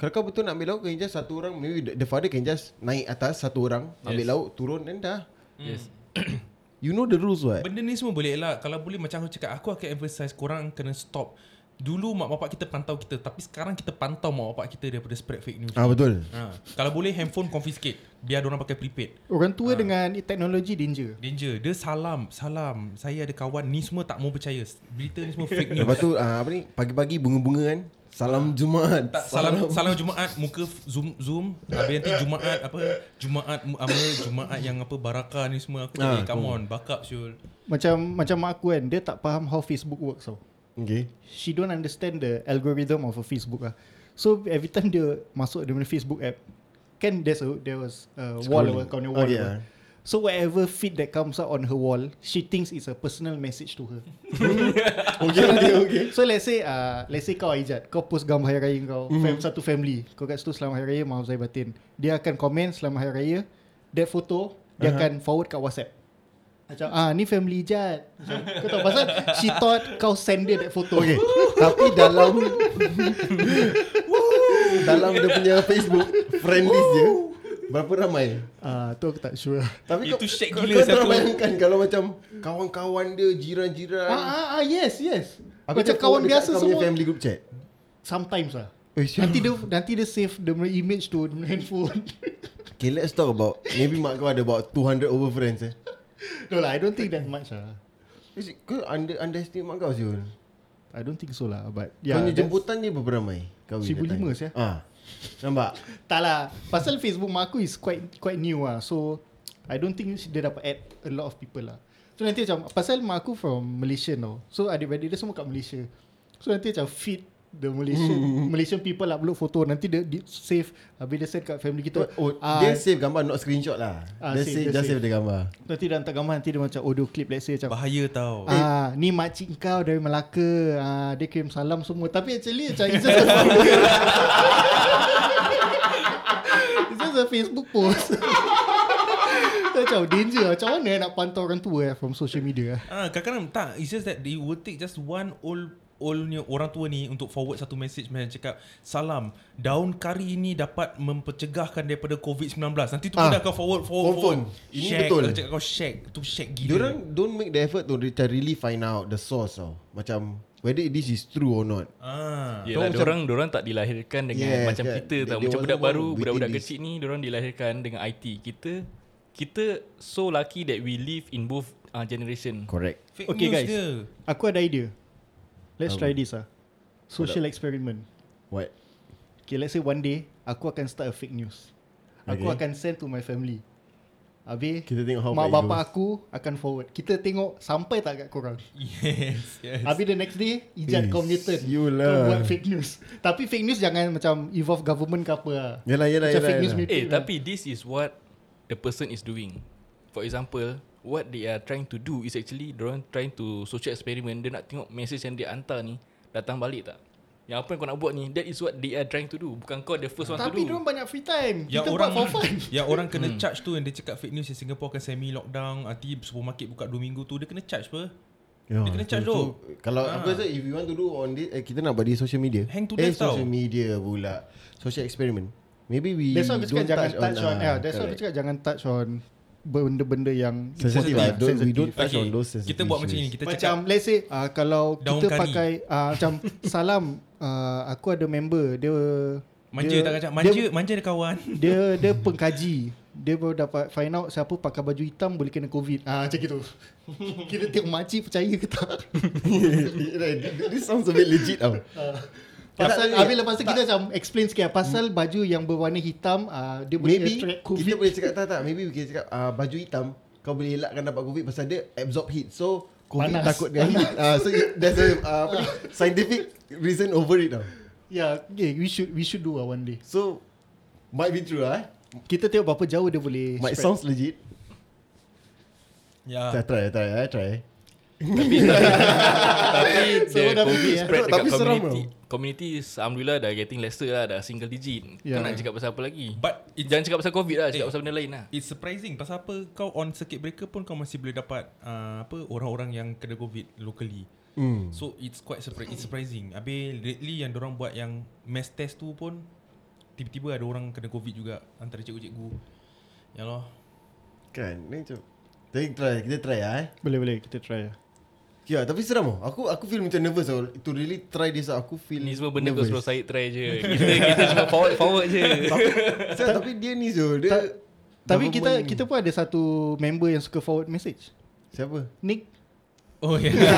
S4: Kalau kau betul nak ambil laut Kau just satu orang Maybe the, the father can just Naik atas satu orang yes. Ambil laut Turun dan dah
S2: Yes
S4: (clears throat) You know the rules what
S3: Benda ni semua boleh elak Kalau boleh macam aku cakap Aku akan emphasize korang kena stop Dulu mak bapak kita pantau kita Tapi sekarang kita pantau mak bapak kita Daripada spread fake news
S4: Ah betul
S3: ha. Kalau boleh handphone confiscate Biar orang pakai prepaid
S5: Orang
S4: Ah.
S5: tua dengan teknologi danger
S3: Danger Dia salam Salam Saya ada kawan Ni semua tak mau percaya Berita ni semua fake news
S4: Lepas tu ah, apa ni Pagi-pagi bunga-bunga kan Salam Jumaat
S3: tak, salam salam Jumaat muka f- zoom zoom habis nanti Jumaat apa Jumaat mu- apa Jumaat yang apa barakah ni semua aku cakap
S4: Ah,
S3: eh, come on back up Syul
S5: Macam macam mak aku kan Dia tak faham how Facebook works tau
S4: Okay
S5: She don't understand the algorithm of a Facebook lah So every time dia masuk dia punya Facebook app Kan there's a, there was a wall
S4: Scrolling.
S5: apa, kau punya
S4: Oh,
S5: wall
S4: yeah.
S5: apa. So whatever feed that comes out on her wall She thinks it's a personal message to her
S4: Okay okay, okay.
S5: So let's say uh, Let's say kau Aijat Kau post gambar Hari Raya kau
S4: Mhm.
S5: mm-hmm. fam, Satu family Kau kat situ Selamat Hari Raya Maaf Zahir Batin Dia akan komen Selamat Hari Raya That photo Dia uh-huh. akan forward kat WhatsApp Macam ah ni family Jat Macam, Kau tahu pasal She thought Kau send dia that photo
S4: Okay Tapi dalam Dalam dia punya Facebook Friend list dia Berapa ramai
S5: Ah tu aku tak sure
S4: Tapi
S3: Itu
S4: kau,
S3: shake
S4: kau,
S3: gila
S4: kau dah
S3: satu.
S4: bayangkan kalau macam kawan-kawan dia, jiran-jiran.
S5: ah, ah, ah yes yes
S4: Um, Habis dia
S5: Macam kawan
S4: forward
S5: biasa
S4: dekat kau punya
S5: semua
S4: family group chat.
S5: Sometimes lah
S4: Eh, siapa?
S5: Nanti dia nanti dia save the image tu handphone. (laughs)
S4: Okay, let's talk about maybe mak kau ada about 200 over friends eh.
S5: no lah, I don't think that much lah.
S4: Is it- Kau under underestimate mak kau Syul.
S5: I don't think so lah, but
S4: Yeah, kau punya
S5: yeah. that's-
S4: jemputan dia berapa ramai? Kau
S5: 1,500 sia.
S4: Ha. Nampak?
S5: Tak lah Pasal Facebook mak aku is quite quite new lah So I don't think dia dapat add a lot of people lah So nanti macam Pasal mak aku from Malaysia tau So adik-adik dia semua kat Malaysia So nanti macam feed the Malaysian
S4: Hmm.
S5: Malaysian people upload foto nanti dia, dia save habis dia send kat family kita.
S4: Oh,
S5: Ah,
S4: dia save gambar not screenshot lah.
S5: Ah,
S4: dia
S5: save,
S4: save,
S5: dia
S4: just
S5: save.
S4: save dia gambar.
S5: nanti dia hantar gambar nanti dia macam audio clip let's say macam
S3: Bahaya
S4: Oh.
S3: tau.
S5: Ah, ni makcik kau dari Melaka. Ah, dia kirim salam semua. Tapi actually macam it's just a it's just a Facebook post. (laughs) macam danger. Macam mana nak pantau orang tua eh, from social media eh?
S3: Ah, kadang-kadang tak. It's just that they will take just one old oldnya orang tua ni untuk forward satu message macam cakap salam daun kari ini dapat mencegahkan daripada COVID-19 nanti tu
S4: Ah.
S3: ah. dah kau forward forward, forward.
S4: Confirm. Ini
S3: Shag.
S4: betul.
S3: Aku cakap kau shag tu shag gila
S4: Diorang don't make the effort to re- macam really find out the source tau. Macam whether this is true or not.
S3: ah.
S2: Yelah,
S4: Kau
S2: orang orang tak dilahirkan dengan
S4: Yes,
S2: macam
S4: kan.
S2: kita
S4: They-
S2: tau.
S4: they
S2: Macam
S4: wasn't
S2: budak
S4: born
S2: baru,
S4: within
S2: budak-budak
S4: this.
S2: kecil ni orang dilahirkan dengan IT. Kita kita so lucky that we live in both uh, generation.
S4: Correct.
S3: fake
S5: Okay,
S3: news
S5: guys.
S3: dia (laughs)
S5: Aku ada idea. Let's try this ah. Social experiment.
S4: What?
S5: Okay, let's say one day aku akan start a fake news. Aku
S4: Okay.
S5: akan send to my family. Habis
S4: Kita tengok how
S5: mak
S4: far it
S5: bapak
S4: goes.
S5: aku akan forward. Kita tengok sampai tak kat korang.
S3: yes, yes.
S5: Habis the next day
S4: Eh,
S5: Ijat kau punya turn
S4: you
S5: Kau
S4: lah.
S5: buat fake news Tapi fake news jangan macam Evolve government ke apa lah
S4: Yalah, yalah,
S5: Macam
S4: yalah,
S5: fake news lah.
S4: yalah.
S5: meeting
S2: Eh, tapi this is what the person is doing. For example, what they are trying to do is actually orang trying to social experiment. Dia nak tengok message yang dia hantar ni datang balik tak. Yang apa yang kau nak buat ni, that is what they are trying to do. Bukan kau the first one to
S5: Tapi
S2: do.
S5: diorang banyak free time
S3: yang
S5: Kita
S3: orang
S5: buat for
S4: (laughs)
S3: (laughs)
S5: fun Hmm.
S3: yang orang kena charge tu yang dia cakap fake news yang Singapore akan semi lockdown nanti supermarket buka 2 minggu tu dia kena charge apa
S4: Yeah,
S3: Dia kena charge
S4: so-
S3: tu.
S4: so, Ya, Kalau aku rasa if you want to do on this, eh, kita nak buat di social media.
S3: Hang to
S4: eh,
S3: death tau.
S4: social media pula. Social experiment. Maybe we
S5: That's why aku cakap
S4: don't
S5: Jangan touch on,
S4: ah,
S5: yeah, That's why aku
S4: correct.
S5: cakap Jangan touch on Benda-benda yang
S4: Sensitive lah. Don't, we don't touch
S3: Okay,
S4: on those sensitive
S3: kita buat macam
S4: (laughs) issues.
S3: ni kita
S5: macam
S3: cakap
S5: let's say uh, kalau
S3: Daun
S5: kita
S3: kari.
S5: pakai uh, macam (laughs) salam uh, aku ada member dia
S3: manja
S5: dia,
S3: tak kacak
S5: dia-
S3: manja manja dia kawan
S5: Dia dia pengkaji. Dia baru dapat find out siapa pakai baju hitam boleh kena covid. Ah macam (laughs) gitu. Kita tengok makcik percaya ke tak.
S4: This sounds a bit legit
S5: (laughs)
S4: tau.
S5: Uh,
S4: Tak,
S5: Pasal
S4: tak,
S5: habis lepas tu kita macam explain sikit lah. pasal baju yang berwarna hitam ah dia boleh
S4: Maybe kita
S5: attract covid.
S4: boleh cakap tak tak maybe kita cakap uh, baju hitam kau boleh elakkan dapat covid pasal dia absorb heat. So covid
S5: Panas.
S4: Panas. takut dengan
S5: (laughs)
S4: heat. Uh, so it- there's a uh, apa ni, scientific reason over it tau.
S5: Ya, yeah, okay, we should we should do ah one day.
S4: So might be true lah eh.
S5: Kita tengok berapa jauh dia boleh
S4: Might
S5: spread.
S4: sounds legit.
S2: Ah.
S3: ya
S4: Saya try, I try, I try.
S2: tapi tapi, tapi the
S5: Semua dah
S2: COVID
S5: fikir, eh.
S2: spread
S4: Tapi
S2: dekat
S4: seram
S2: community. Community is- alhamdulillah dah getting lesser lah, dah single digit.
S5: Ya.
S2: Kau nak cakap pasal apa lagi?
S3: but it
S2: Jangan cakap pasal COVID lah, cakap
S3: Eh.
S2: pasal benda lain lah.
S3: It's surprising pasal apa kau on circuit breaker pun kau masih boleh dapat uh, apa orang-orang yang kena COVID locally. Mm. So it's quite surpri- it's surprising. Habis lately yang orang buat yang mass test tu pun tiba-tiba ada orang kena COVID juga antara cikgu-cikgu. Ya loh.
S4: Kan, ni macam tapi kita try, kita try lah eh.
S5: Boleh boleh kita try lah.
S4: Ya, tapi seram tau. Aku aku feel macam nervous tau. To really try this out, aku feel
S2: Ni semua benda kau
S4: nervous.
S2: suruh Syed try je. Kita kita cuma forward forward
S5: (laughs)
S2: je.
S4: tapi, Sir, tapi dia ni so dia
S5: Ta- Tapi kita
S4: government-
S5: kita pun ada satu member yang suka forward message.
S4: siapa?
S5: Nick
S3: Oh ya. Yeah.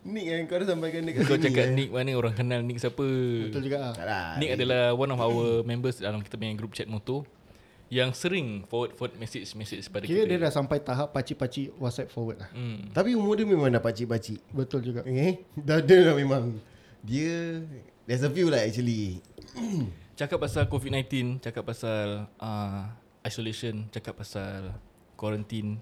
S4: Nick yang kau dah sampaikan dekat
S2: Kau
S4: sini,
S2: cakap
S4: eh.
S2: Nick mana orang kenal Nick siapa?
S5: betul juga ah.
S4: Tak lah.
S2: Nick adalah one of our members dalam kita punya group chat motor yang sering forward forward message message pada kita.
S5: Kira
S2: ya.
S5: dia dah sampai tahap pacik-pacik WhatsApp forward lah.
S2: Hmm.
S4: Tapi umur dia memang dah pacik-pacik.
S5: Betul juga.
S4: Okay? (laughs) Dah dia dah memang dia there's a few lah actually.
S2: Cakap pasal COVID-19, cakap pasal uh, isolation, cakap pasal quarantine.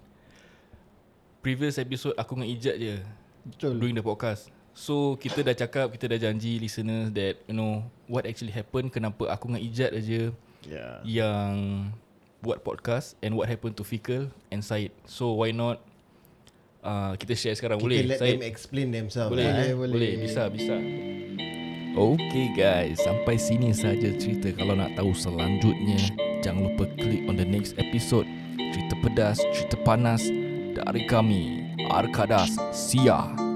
S2: Previous episode aku dengan Ijat je
S5: Betul.
S2: doing the podcast. So kita dah cakap, kita dah janji listeners that you know what actually happen, kenapa aku dengan Ijat aja
S5: Ya.
S4: Yeah.
S2: yang buat podcast and what happened to Fikal and Syed. So why not uh, kita share sekarang
S4: Kita
S2: boleh?
S4: let
S2: Syed?
S4: them explain themselves.
S2: Boleh,
S4: lah,
S2: boleh,
S4: eh.
S2: boleh. boleh. Bisa, bisa. Okay guys, sampai sini saja cerita. Kalau nak tahu selanjutnya, jangan lupa klik on the next episode. Cerita pedas, cerita panas dari kami. Arkadas, Sia.